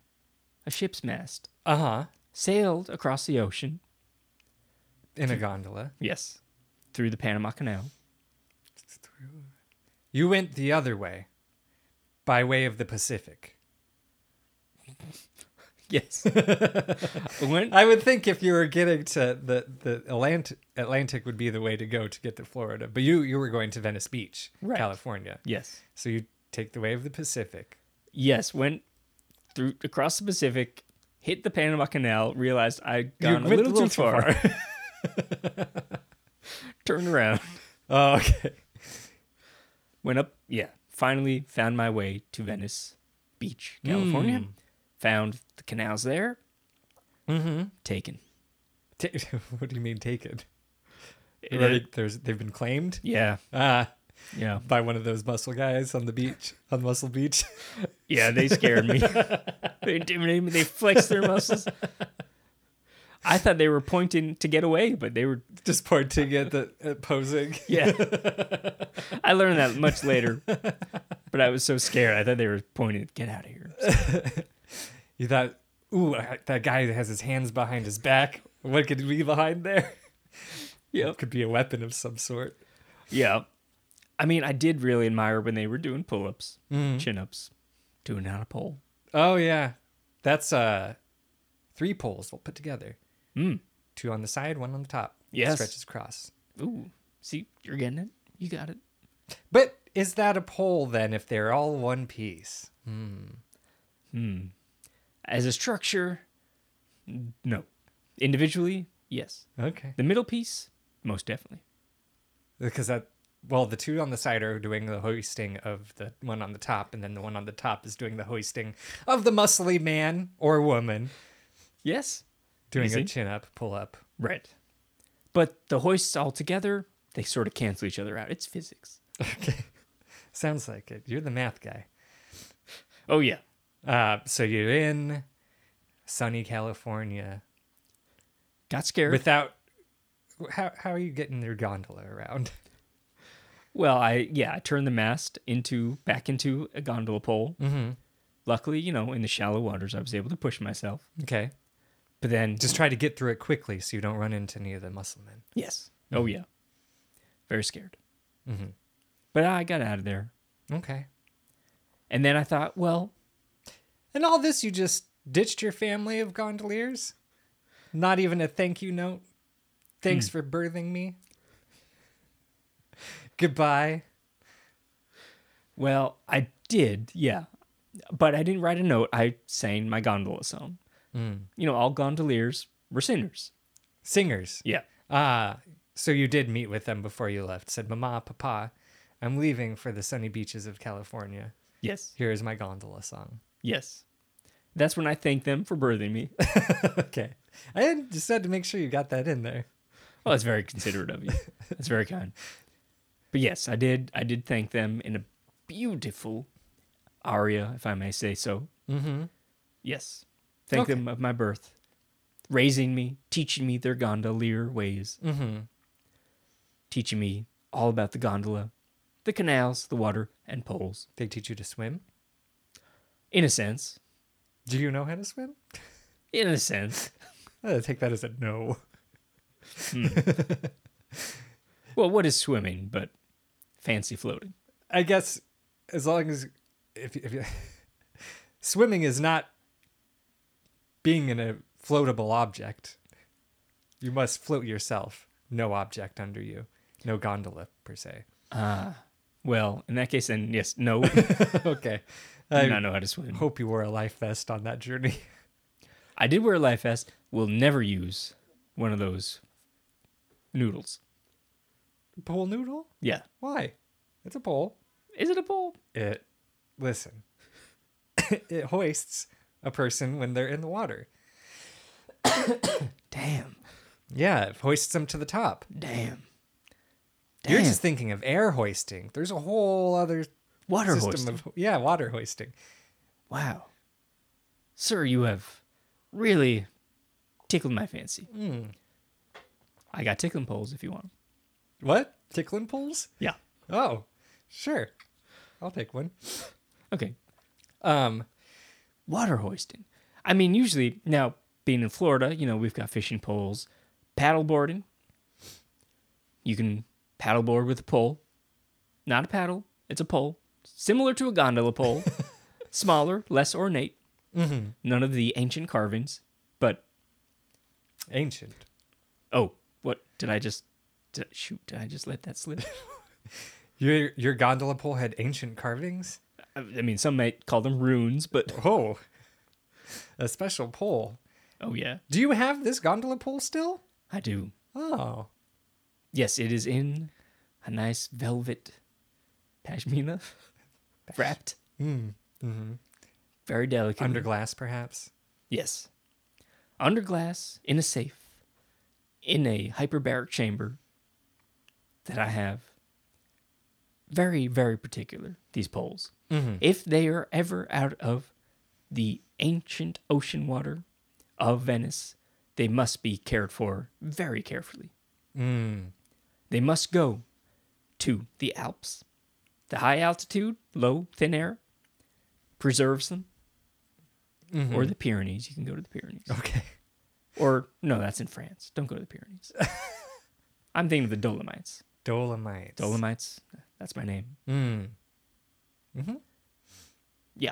Speaker 2: A ship's mast.
Speaker 1: Uh huh.
Speaker 2: Sailed across the ocean.
Speaker 1: In a gondola.
Speaker 2: Yes. Through the Panama Canal.
Speaker 1: You went the other way. by way of the Pacific.
Speaker 2: Yes. When-
Speaker 1: I would think if you were getting to the the Atlant- Atlantic would be the way to go to get to Florida, but you you were going to Venice Beach,
Speaker 2: Right.
Speaker 1: California.
Speaker 2: yes.
Speaker 1: So you take the way of the Pacific.
Speaker 2: Yes. Went through across the Pacific, hit the Panama Canal, realized I'd
Speaker 1: You
Speaker 2: gone a
Speaker 1: went
Speaker 2: little, too far. (laughs) Turned around,
Speaker 1: oh, okay.
Speaker 2: went up. Yeah. Finally found my way to Venice Beach, California. Found the canals there. Mm-hmm. Taken.
Speaker 1: Mm. Ta- (laughs) what do you mean taken? Already, there's they've been claimed
Speaker 2: Yeah.
Speaker 1: uh,
Speaker 2: (laughs) Yeah.
Speaker 1: by one of those muscle guys on the beach on Muscle Beach. (laughs)
Speaker 2: Yeah, they scared me. they intimidated me. They flexed their (laughs) muscles. I thought they were pointing to get away, but they were.
Speaker 1: just pointing at the at posing.
Speaker 2: Yeah. I learned that much later, but I was so scared. I thought they were pointing, get out of here.
Speaker 1: You thought, ooh, I- that guy has his hands behind his back. What could be behind there?
Speaker 2: (laughs) Yep.
Speaker 1: It could be a weapon of some sort.
Speaker 2: Yeah. I mean, I did really admire when they were doing pull ups, chin ups, doing it on a pole.
Speaker 1: Oh yeah, that's uh, three poles we'll put together.
Speaker 2: Mm.
Speaker 1: Two on the side, one on the top.
Speaker 2: Yes.
Speaker 1: stretches across.
Speaker 2: Ooh. See, you're getting it. You got it.
Speaker 1: But is that a pole then? If they're all one piece,
Speaker 2: As a structure, no. Individually, yes.
Speaker 1: okay.
Speaker 2: The middle piece, most definitely.
Speaker 1: Because that, well, the two on the side are doing the hoisting of the one on the top, and then the one on the top is doing the hoisting of the muscly man or woman
Speaker 2: Yes.
Speaker 1: doing
Speaker 2: Easy.
Speaker 1: a chin up, pull up.
Speaker 2: Right. But the hoists all together, they sort of cancel each other out. It's physics.
Speaker 1: Okay. Sounds like it. You're the math guy.
Speaker 2: Oh yeah.
Speaker 1: Uh, so you're in sunny California
Speaker 2: Got scared.
Speaker 1: without. How, how are you getting your gondola (laughs) around?
Speaker 2: well, I yeah, I turned the mast into back into a gondola pole. Mm-hmm. Luckily, you know, in the shallow waters, I was able to push myself.
Speaker 1: Okay.
Speaker 2: But then,
Speaker 1: Just try to get through it quickly so you don't run into any of the muscle men.
Speaker 2: yes. Mm-hmm. Oh yeah. Very scared. But I got out of there,
Speaker 1: Okay.
Speaker 2: and then I thought, well,
Speaker 1: And all this, you just ditched your family of gondoliers? Not even a thank you note? Thanks for birthing me? Goodbye.
Speaker 2: well, I did, yeah. But I didn't write a note. I sang my gondola song. You know, all gondoliers were sinners.
Speaker 1: Singers.
Speaker 2: Yeah.
Speaker 1: Ah, so you did meet with them before you left. Said, Mama, Papa, I'm leaving for the sunny beaches of California.
Speaker 2: Yes.
Speaker 1: Here is my gondola song.
Speaker 2: Yes. That's when I thank them for birthing me.
Speaker 1: (laughs) okay. I had- just had to make sure you got that in there.
Speaker 2: Well, that's very considerate of you. That's very kind. But yes, I did I did thank them in a beautiful aria, if I may say so. Mm-hmm. Yes. Thank
Speaker 1: Okay.
Speaker 2: them of my birth. Raising me, teaching me their gondolier ways. Mm-hmm. Teaching me all about the gondola, the canals, the water, and poles.
Speaker 1: They teach you to swim.
Speaker 2: In a sense.
Speaker 1: Do you know how to swim?
Speaker 2: In a (laughs) sense.
Speaker 1: I take that as a no.
Speaker 2: Well, what is swimming but fancy floating?
Speaker 1: I guess as long as if, if you, (laughs) swimming is not being in a floatable object, you must float yourself. No object under you. No gondola per se.
Speaker 2: Well, in that case, then yes, (laughs) no,
Speaker 1: okay.
Speaker 2: I
Speaker 1: I
Speaker 2: do not know how to swim.
Speaker 1: hope you wore a life vest on that journey. (laughs)
Speaker 2: I did wear a life vest. Will never use one of those noodles.
Speaker 1: Pole noodle?
Speaker 2: Yeah,
Speaker 1: Why? It's a pole.
Speaker 2: is it a pole?
Speaker 1: It listen. (laughs) it hoists a person when they're in the water.
Speaker 2: Damn,
Speaker 1: Yeah, it hoists them to the top.
Speaker 2: damn,
Speaker 1: You're just thinking of air hoisting. There's a whole other
Speaker 2: water
Speaker 1: system
Speaker 2: hoist.
Speaker 1: of yeah, water hoisting.
Speaker 2: wow, sir, you have really tickled my fancy. I got tickling poles if you want. 'em.
Speaker 1: What? Tickling poles?
Speaker 2: Yeah.
Speaker 1: Oh, sure. I'll take one.
Speaker 2: Okay.
Speaker 1: Um,
Speaker 2: Water hoisting. I mean, usually now being in Florida, you know we've got fishing poles, paddle boarding. You can paddleboard with a pole, not a paddle. It's a pole. similar to a gondola pole, smaller, less ornate. None of the ancient carvings, but
Speaker 1: Ancient.
Speaker 2: oh, what did I just? Did, shoot, did I just let that slip?
Speaker 1: Your your gondola pole had ancient carvings.
Speaker 2: I I mean, some might call them runes, but
Speaker 1: Oh, a special pole.
Speaker 2: oh yeah,
Speaker 1: Do you have this gondola pole still?
Speaker 2: I do.
Speaker 1: Oh,
Speaker 2: Yes, it is in a nice velvet pashmina (laughs) wrapped. Mm. Mm-hmm. Very delicate.
Speaker 1: under glass perhaps.
Speaker 2: yes. Under glass, in a safe, in a hyperbaric chamber that I have. Very, very particular, these poles. If they are ever out of the ancient ocean water of Venice, they must be cared for very carefully. They must go to the Alps. The high altitude, low, thin air preserves them. Or the Pyrenees. You can go to the Pyrenees.
Speaker 1: Okay.
Speaker 2: Or, no, that's in France. Don't go to the Pyrenees. I'm thinking of the Dolomites.
Speaker 1: Dolomites.
Speaker 2: Dolomites, that's my name.
Speaker 1: Hmm.
Speaker 2: Yeah.
Speaker 1: Mm-hmm.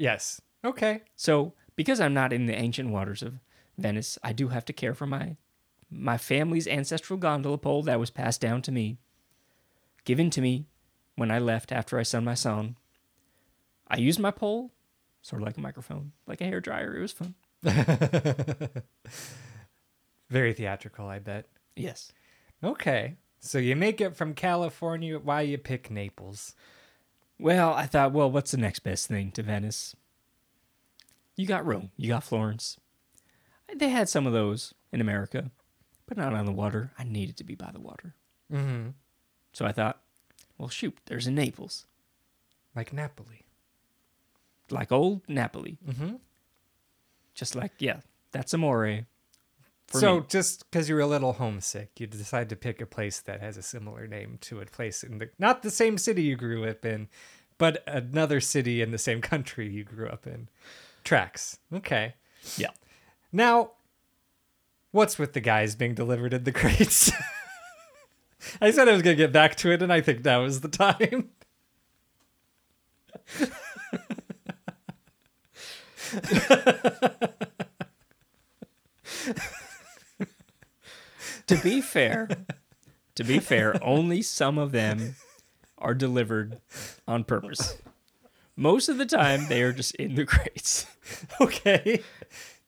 Speaker 1: Yes. Okay.
Speaker 2: So, because I'm not in the ancient waters of Venice, I do have to care for my my family's ancestral gondola pole that was passed down to me, given to me when I left after I sung my song. I used my pole, sort of like a microphone, like a hair dryer. It was fun.
Speaker 1: Very theatrical, I bet.
Speaker 2: Yes.
Speaker 1: Okay. So you make it from California. Why you pick Naples?
Speaker 2: Well, I thought, well, what's the next best thing to Venice? You got Rome, you got Florence. They had some of those in America, but not on the water. I needed to be by the water.
Speaker 1: Mm-hmm.
Speaker 2: So I thought, well, shoot, there's a Naples,
Speaker 1: Like Napoli.
Speaker 2: like old Napoli.
Speaker 1: Mm-hmm.
Speaker 2: Just like, yeah, that's Amore. For
Speaker 1: so
Speaker 2: me.
Speaker 1: just because you're a little homesick, you decide to pick a place that has a similar name to a place in the not the same city you grew up in, but another city in the same (laughs) country you grew up in. Tracks. Okay.
Speaker 2: Yeah.
Speaker 1: Now, what's with the guys being delivered in the (laughs) crates? I said I was gonna get back to it, and I think now is the (laughs) time.
Speaker 2: To be fair, to be fair, only some of them are delivered on purpose. Most of the time, they are just in the crates.
Speaker 1: (laughs) okay.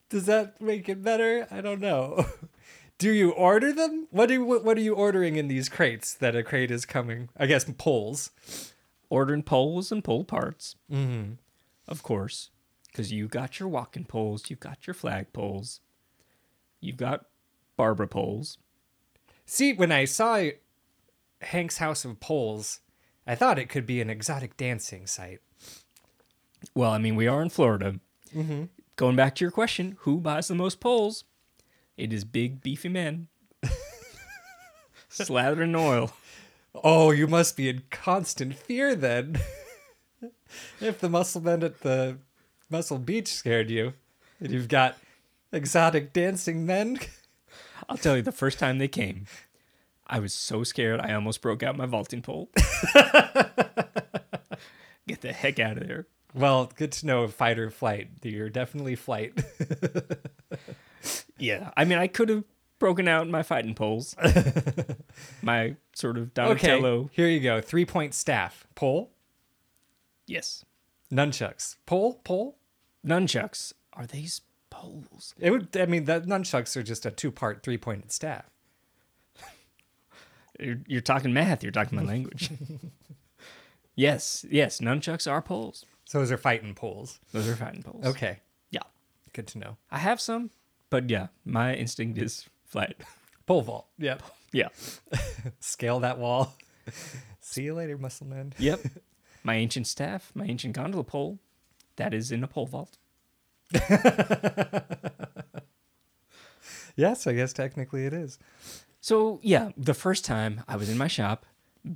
Speaker 1: Does that make it better? I don't know. (laughs) Do you order them? What do what, what are you ordering in these crates that a crate is coming? I guess poles.
Speaker 2: ordering poles and pole parts. Mm-hmm. Of course, because you got your walking poles, you've got your flag poles, you've got Barbara poles.
Speaker 1: See, when I saw Hank's House of Poles, I thought it could be an exotic dancing site.
Speaker 2: Well, I mean, we are in Florida. Going back to your question, who buys the most poles? It is big, beefy men. Slathered in oil.
Speaker 1: Oh, you must be in constant fear then. (laughs) if the muscle men at the Muscle Beach scared you, and you've got exotic dancing men. (laughs)
Speaker 2: I'll tell you, the first time they came, I was so scared I almost broke out my vaulting pole. Get the heck out of there.
Speaker 1: Well, good to know fight or flight. You're definitely flight.
Speaker 2: Yeah, I mean, I could have broken out my fighting poles, my sort of
Speaker 1: (laughs) Okay,
Speaker 2: Donatello.
Speaker 1: here you go. Three point staff, pole,
Speaker 2: Yes,
Speaker 1: nunchucks, pole, pole.
Speaker 2: nunchucks. Are these poles?
Speaker 1: It would. I mean, the nunchucks are just a two-part three-pointed staff.
Speaker 2: You're, you're talking math. You're talking
Speaker 1: (laughs)
Speaker 2: my language. yes, yes, nunchucks are poles.
Speaker 1: So those are fighting poles.
Speaker 2: Those are fighting poles.
Speaker 1: Okay,
Speaker 2: Yeah,
Speaker 1: good to know.
Speaker 2: I have some, but yeah, my instinct is flight.
Speaker 1: Pole vault. Yep.
Speaker 2: (laughs) yeah.
Speaker 1: (laughs) Scale that wall. (laughs) See you later, muscle man.
Speaker 2: Yep. My ancient staff, my ancient gondola pole, that is in a pole vault.
Speaker 1: Yes, I guess technically it is.
Speaker 2: So yeah, the first time I was in my shop,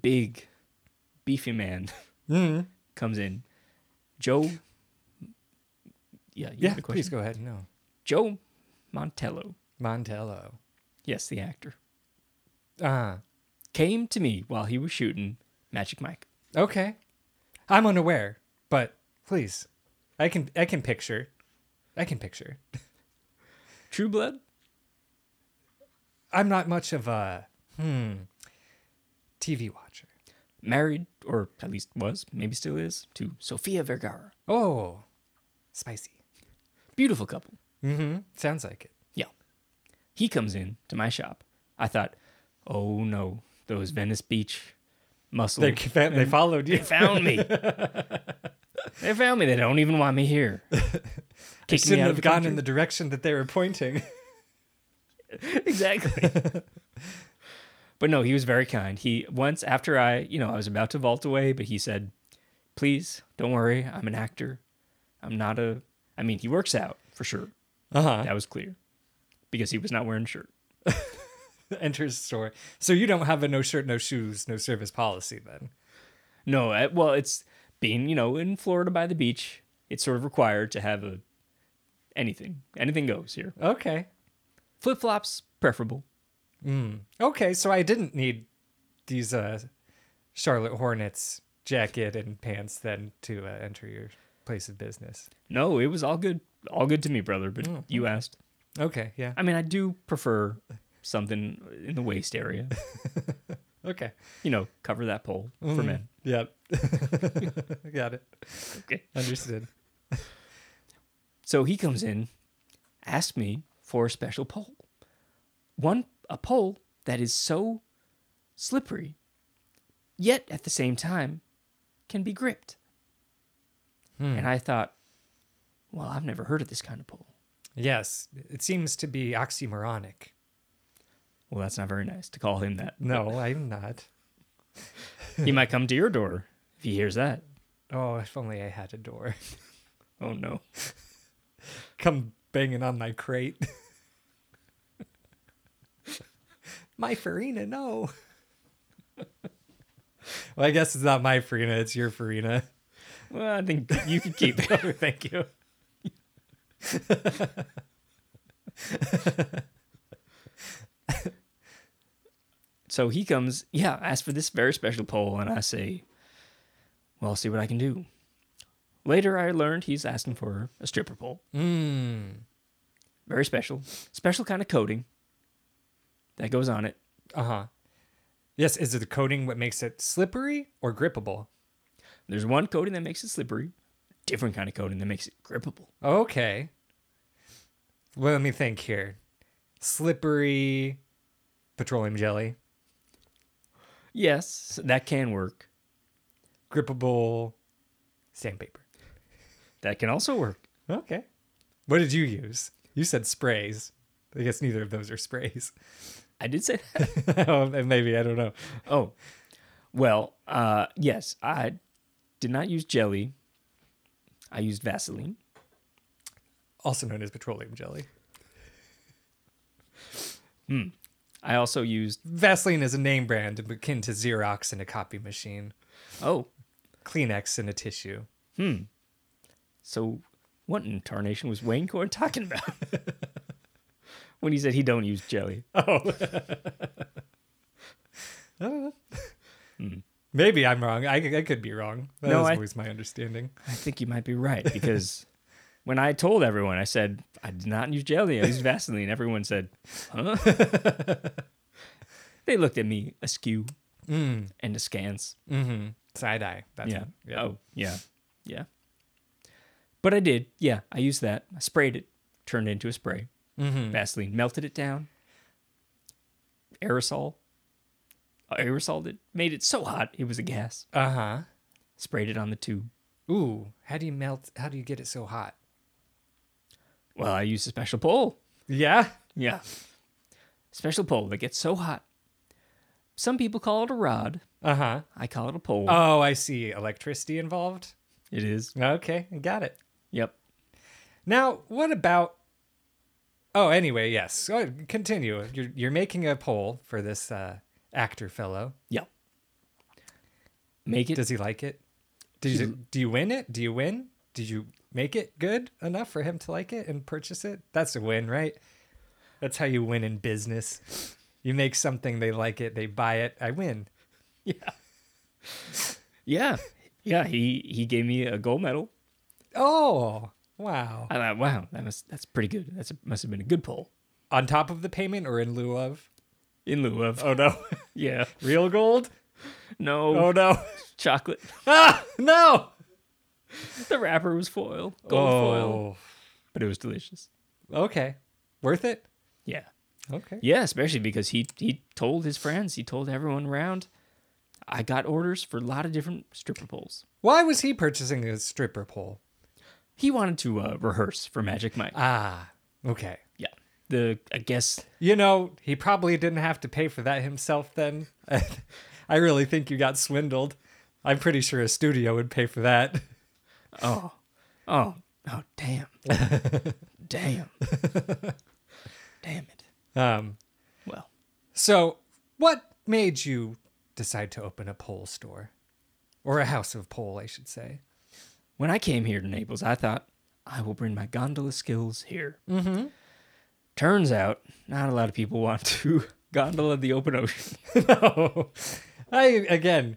Speaker 2: big, beefy man
Speaker 1: Hmm.
Speaker 2: comes in. Joe. Yeah, you
Speaker 1: Yeah,
Speaker 2: have a
Speaker 1: please
Speaker 2: question.
Speaker 1: go ahead. No,
Speaker 2: Joe Montello,
Speaker 1: Montello.
Speaker 2: yes, the actor,
Speaker 1: Ah,
Speaker 2: came to me while he was shooting Magic Mike.
Speaker 1: okay. I'm unaware, but please, I can I can picture, I can picture.
Speaker 2: True Blood?
Speaker 1: I'm not much of a hmm TV watcher.
Speaker 2: Married, or at least was, maybe still is, to Sofia Vergara.
Speaker 1: Oh, spicy.
Speaker 2: Beautiful couple.
Speaker 1: Mm-hmm. Sounds like it.
Speaker 2: Yeah. He comes in to my shop. I thought, oh no, those Venice Beach muscle.
Speaker 1: They they followed you.
Speaker 2: They
Speaker 1: (laughs)
Speaker 2: found me. they found me. They don't even want me here.
Speaker 1: (laughs) They
Speaker 2: Kicking me
Speaker 1: shouldn't
Speaker 2: out
Speaker 1: have
Speaker 2: of the
Speaker 1: gone
Speaker 2: country.
Speaker 1: in the direction that they were (laughs) pointing.
Speaker 2: exactly. but no, he was very kind. He once after I, you know, I was about to vault away, but he said, "Please, don't worry. I'm an actor. I'm not a. I mean, he works out for sure.
Speaker 1: Uh huh. (laughs)
Speaker 2: That was clear, because he was not wearing a shirt.
Speaker 1: Enters store. So you don't have a no shirt, no shoes, no service policy then.
Speaker 2: No, I, well, it's being you know in Florida by the beach. It's sort of required to have a anything. Anything goes here.
Speaker 1: Okay.
Speaker 2: Flip flops preferable.
Speaker 1: Okay. So I didn't need these uh, Charlotte Hornets jacket and pants then to uh, enter your place of business.
Speaker 2: No, it was all good. All good to me, brother. But you asked.
Speaker 1: Okay. Yeah.
Speaker 2: I mean, I do prefer something in the waist area.
Speaker 1: Okay.
Speaker 2: You know, cover that pole for
Speaker 1: Mm-hmm.
Speaker 2: men.
Speaker 1: Yep. (laughs) Got it.
Speaker 2: Okay.
Speaker 1: Understood.
Speaker 2: So he comes in, asks me for a special pole. One a pole that is so slippery, yet at the same time can be gripped.
Speaker 1: Hmm.
Speaker 2: And I thought, well, I've never heard of this kind of pole.
Speaker 1: Yes. It seems to be oxymoronic.
Speaker 2: Well, that's not very nice to call him that.
Speaker 1: No, (laughs) I'm not.
Speaker 2: he might come to your door if he hears that.
Speaker 1: Oh, if only I had a door.
Speaker 2: Oh no.
Speaker 1: Come banging on my crate. (laughs) my farina, no. (laughs) well, I guess it's not my farina, it's your farina.
Speaker 2: Well, I think you could keep it.
Speaker 1: Oh, (laughs) thank you.
Speaker 2: So he comes, yeah, asks for this very special pole, and I say, Well, I'll see what I can do. Later, I learned he's asking for a stripper pole.
Speaker 1: Mm.
Speaker 2: Very special. Special kind of coating that goes on it.
Speaker 1: Uh huh. Yes, is it the coating what makes it slippery or grippable?
Speaker 2: There's one coating that makes it slippery, different kind of coating that makes it grippable.
Speaker 1: Okay. Well, let me think here. Slippery petroleum jelly,
Speaker 2: Yes, that can work.
Speaker 1: grippable sandpaper.
Speaker 2: That can also work.
Speaker 1: Okay. What did you use? You said sprays. I guess neither of those are sprays. (laughs)
Speaker 2: I did say that.
Speaker 1: Oh, Maybe I don't know.
Speaker 2: Oh, well, uh, yes, I did not use jelly. I used Vaseline.
Speaker 1: Also known as petroleum jelly.
Speaker 2: I also used,
Speaker 1: Vaseline is a name brand akin to Xerox in a copy machine,
Speaker 2: oh,
Speaker 1: Kleenex in a tissue.
Speaker 2: So what in tarnation was Wayne Corn talking about? (laughs) when he said he don't use jelly.
Speaker 1: (laughs) Maybe I'm wrong. I, I could be wrong. That
Speaker 2: Hmm. No,
Speaker 1: was
Speaker 2: I-
Speaker 1: always my understanding.
Speaker 2: I think you might be right because when I told everyone, I said, I did not use jelly, I used Vaseline. Everyone said, huh? (laughs) they looked at me askew and askance.
Speaker 1: Mm-hmm. Side eye. That's
Speaker 2: yeah.
Speaker 1: it. Yep.
Speaker 2: Oh, yeah. Yeah. But I did. Yeah. I used that. I sprayed it, turned it into a spray. Vaseline, melted it down. Aerosol. Aerosoled it, made it so hot it was a gas.
Speaker 1: Uh huh.
Speaker 2: Sprayed it on the tube.
Speaker 1: Ooh, how do you melt? How do you get it so hot?
Speaker 2: Well, I used a special pole.
Speaker 1: Yeah.
Speaker 2: Yeah. Special pole that gets so hot. Some people call it a rod.
Speaker 1: Uh huh.
Speaker 2: I call it a pole.
Speaker 1: Oh, I see. Electricity involved.
Speaker 2: it is.
Speaker 1: Okay, got it.
Speaker 2: Yep.
Speaker 1: Now, what about? Oh, anyway, yes. Go ahead, Continue. You're you're making a poll for this uh, actor fellow.
Speaker 2: Yep. Make it
Speaker 1: Does he like it? Did you, do you win it? Do you win? Did you make it good enough for him to like it and purchase it? That's a win, right? That's how you win in business. You make (laughs) something, they like it, they buy it. I win. (laughs)
Speaker 2: Yeah. Yeah, he he gave me a gold medal.
Speaker 1: Oh, wow.
Speaker 2: I thought, wow, that must that's pretty good. That's a, must have been a good poll.
Speaker 1: On top of the payment or in lieu of?
Speaker 2: In lieu of,
Speaker 1: Oh, no.
Speaker 2: yeah,
Speaker 1: Real gold? (laughs)
Speaker 2: no
Speaker 1: Oh, no. (laughs)
Speaker 2: chocolate. (laughs)
Speaker 1: Ah, no.
Speaker 2: The wrapper was foil, gold foil,
Speaker 1: Oh,
Speaker 2: but it was delicious.
Speaker 1: okay. Worth it?
Speaker 2: Yeah,
Speaker 1: Okay.
Speaker 2: yeah, especially because he he told his friends, he told everyone around. I got orders for a lot of different stripper poles.
Speaker 1: Why was he purchasing a stripper pole?
Speaker 2: He wanted to uh, rehearse for Magic Mike.
Speaker 1: Ah, okay.
Speaker 2: yeah, the I guess
Speaker 1: You know, he probably didn't have to pay for that himself then. (laughs) I really think you got swindled. I'm pretty sure a studio would pay for that. (laughs)
Speaker 2: Oh, oh, oh, damn. damn. damn it.
Speaker 1: Um,
Speaker 2: Well,
Speaker 1: so, what made you decide to open a pole store? Or a house of pole, I should say.
Speaker 2: when I came here to Naples, I thought I will bring my gondola skills here. Mm-hmm. Turns out, not a lot of people want to (laughs) gondola the open ocean.
Speaker 1: (laughs) no. I again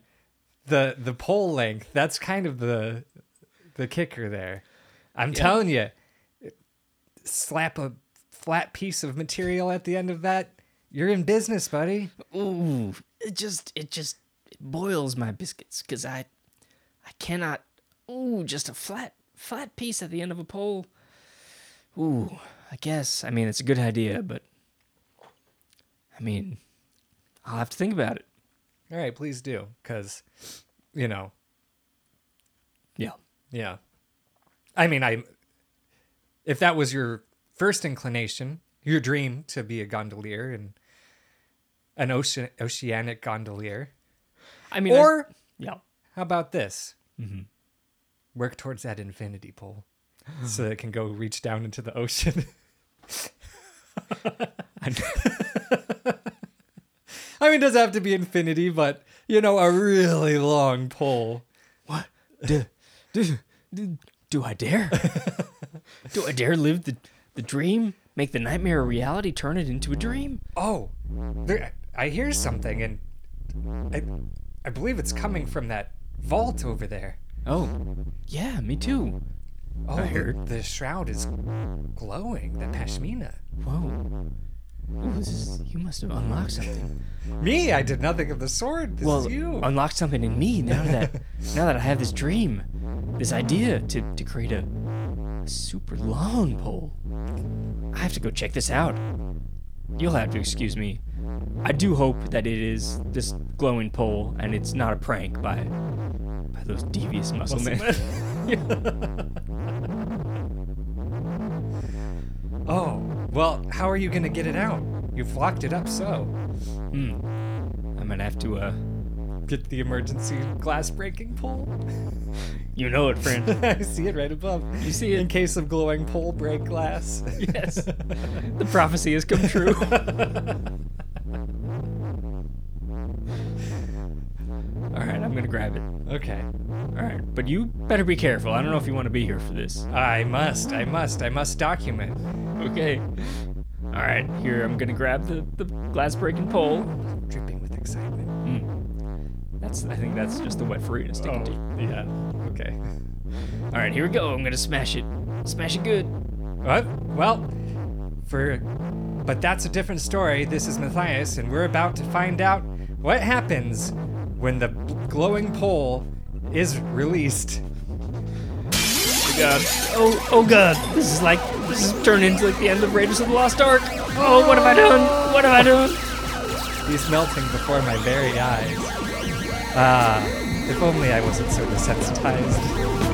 Speaker 1: the the pole length, that's kind of the the kicker there. I'm telling you, slap a flat piece of material at the end of that, you're in business, buddy.
Speaker 2: Ooh, it just, it just it boils my biscuits because I, I cannot. Ooh, just a flat, flat piece at the end of a pole. Ooh, I guess. I mean, it's a good idea, but I mean, I'll have to think about it.
Speaker 1: All right, please do cuz you know,
Speaker 2: Yeah.
Speaker 1: yeah. I mean, I if that was your first inclination, your dream to be a gondolier and an ocean oceanic gondolier,
Speaker 2: I mean, I-
Speaker 1: Or-
Speaker 2: yeah,
Speaker 1: How about this?
Speaker 2: Mm-hmm.
Speaker 1: Work towards that infinity
Speaker 2: (gasps)
Speaker 1: pole so that it can go reach down into the ocean. (laughs) I mean, it doesn't have to be infinity, but, you know, a really long pole.
Speaker 2: what? Do, (laughs) do, do, do I dare? do I dare live the the dream? Make the nightmare a reality? Turn it into a dream?
Speaker 1: Oh, there, I hear something, and I, I believe it's coming from that vault over there.
Speaker 2: Oh, yeah, me too.
Speaker 1: Oh,
Speaker 2: I
Speaker 1: the-
Speaker 2: heard.
Speaker 1: the shroud is glowing, the pashmina.
Speaker 2: Whoa. Ooh, this is, you must have unlocked something.
Speaker 1: Me, I did nothing of the sort. This
Speaker 2: Well,
Speaker 1: is you.
Speaker 2: unlocked something in me now that now that I have this dream, this idea to, to create a, a super long pole. I have to go check this out. You'll have to excuse me. I do hope that it is this glowing pole and it's not a prank by by those devious muscle (laughs) men.
Speaker 1: Oh, well, how are you going to get it out? You've locked it up so.
Speaker 2: I'm gonna have to uh
Speaker 1: Get the emergency glass breaking pole. (laughs)
Speaker 2: you know it, friend.
Speaker 1: I see it right above.
Speaker 2: You see
Speaker 1: In
Speaker 2: it.
Speaker 1: case of glowing pole break
Speaker 2: (laughs)
Speaker 1: glass.
Speaker 2: (laughs) Yes. The prophecy has come (laughs) true. All right, I'm going to grab it.
Speaker 1: (laughs) okay.
Speaker 2: All right, but you better be careful. I don't know if you want to be here for this. (laughs)
Speaker 1: I must, I must, I must document.
Speaker 2: Okay. All right, here, I'm going to grab the, the glass breaking pole.
Speaker 1: Dripping with excitement.
Speaker 2: That's I think that's just the wet fruit and stick it to you.
Speaker 1: yeah. Okay.
Speaker 2: All right, here we go. I'm going to smash it. Smash it good. Oh
Speaker 1: Uh, well, for. But that's a different story. This is Matthias, and we're about to find out what happens when the glowing pole is released.
Speaker 2: Oh, God. Oh, oh, God. This is like, this is turned into like the end of Raiders of the Lost Ark. Oh, what have I done? What have I done?
Speaker 1: He's melting before my very eyes. Ah, if only I wasn't so desensitized.